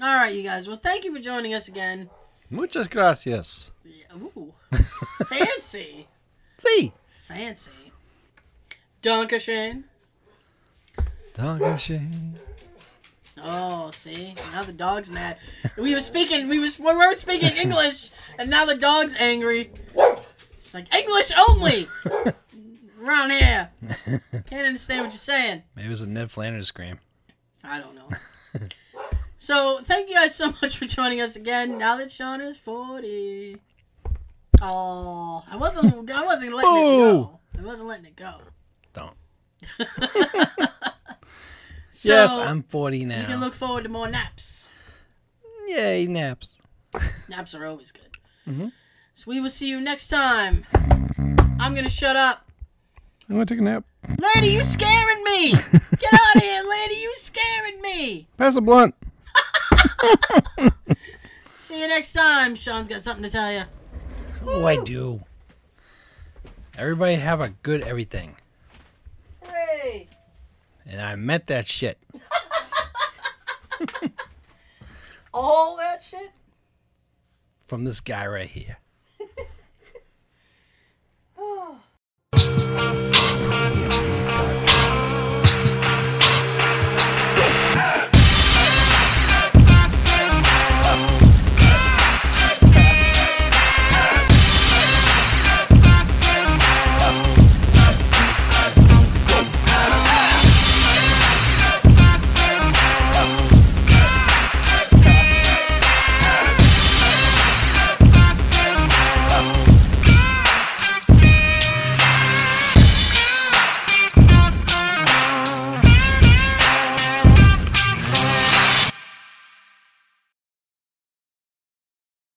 All right, Oh. you guys. Well, thank you for joining us again.
Muchas gracias.
Yeah, ooh. Fancy.
See.
Fancy. Donka Shane.
Dog Shane.
Oh, see, now the dog's mad. We were speaking, we was we weren't speaking English, and now the dog's angry. She's like English
<laughs>
only around here. Can't understand what you're saying.
Maybe it was a Ned Flanders scream.
I don't
<laughs>
know. So thank you guys so much for joining us again. Now that Sean is forty, Oh, I wasn't. I wasn't letting it go. I wasn't letting it go.
Don't.
So
yes, I'm 40
you can
now.
look forward to more naps.
Yay, naps.
Naps are always good. So we will see you next time. I'm gonna shut up.
I'm gonna take a nap.
Lady, you scaring me! Get out of here, lady, you scaring me!
Pass a blunt.
See you next time. Sean's got something to tell you.
Oh, I do. Everybody have a good everything.
Hooray!
And I meant that shit.
All that shit?
from this guy right here.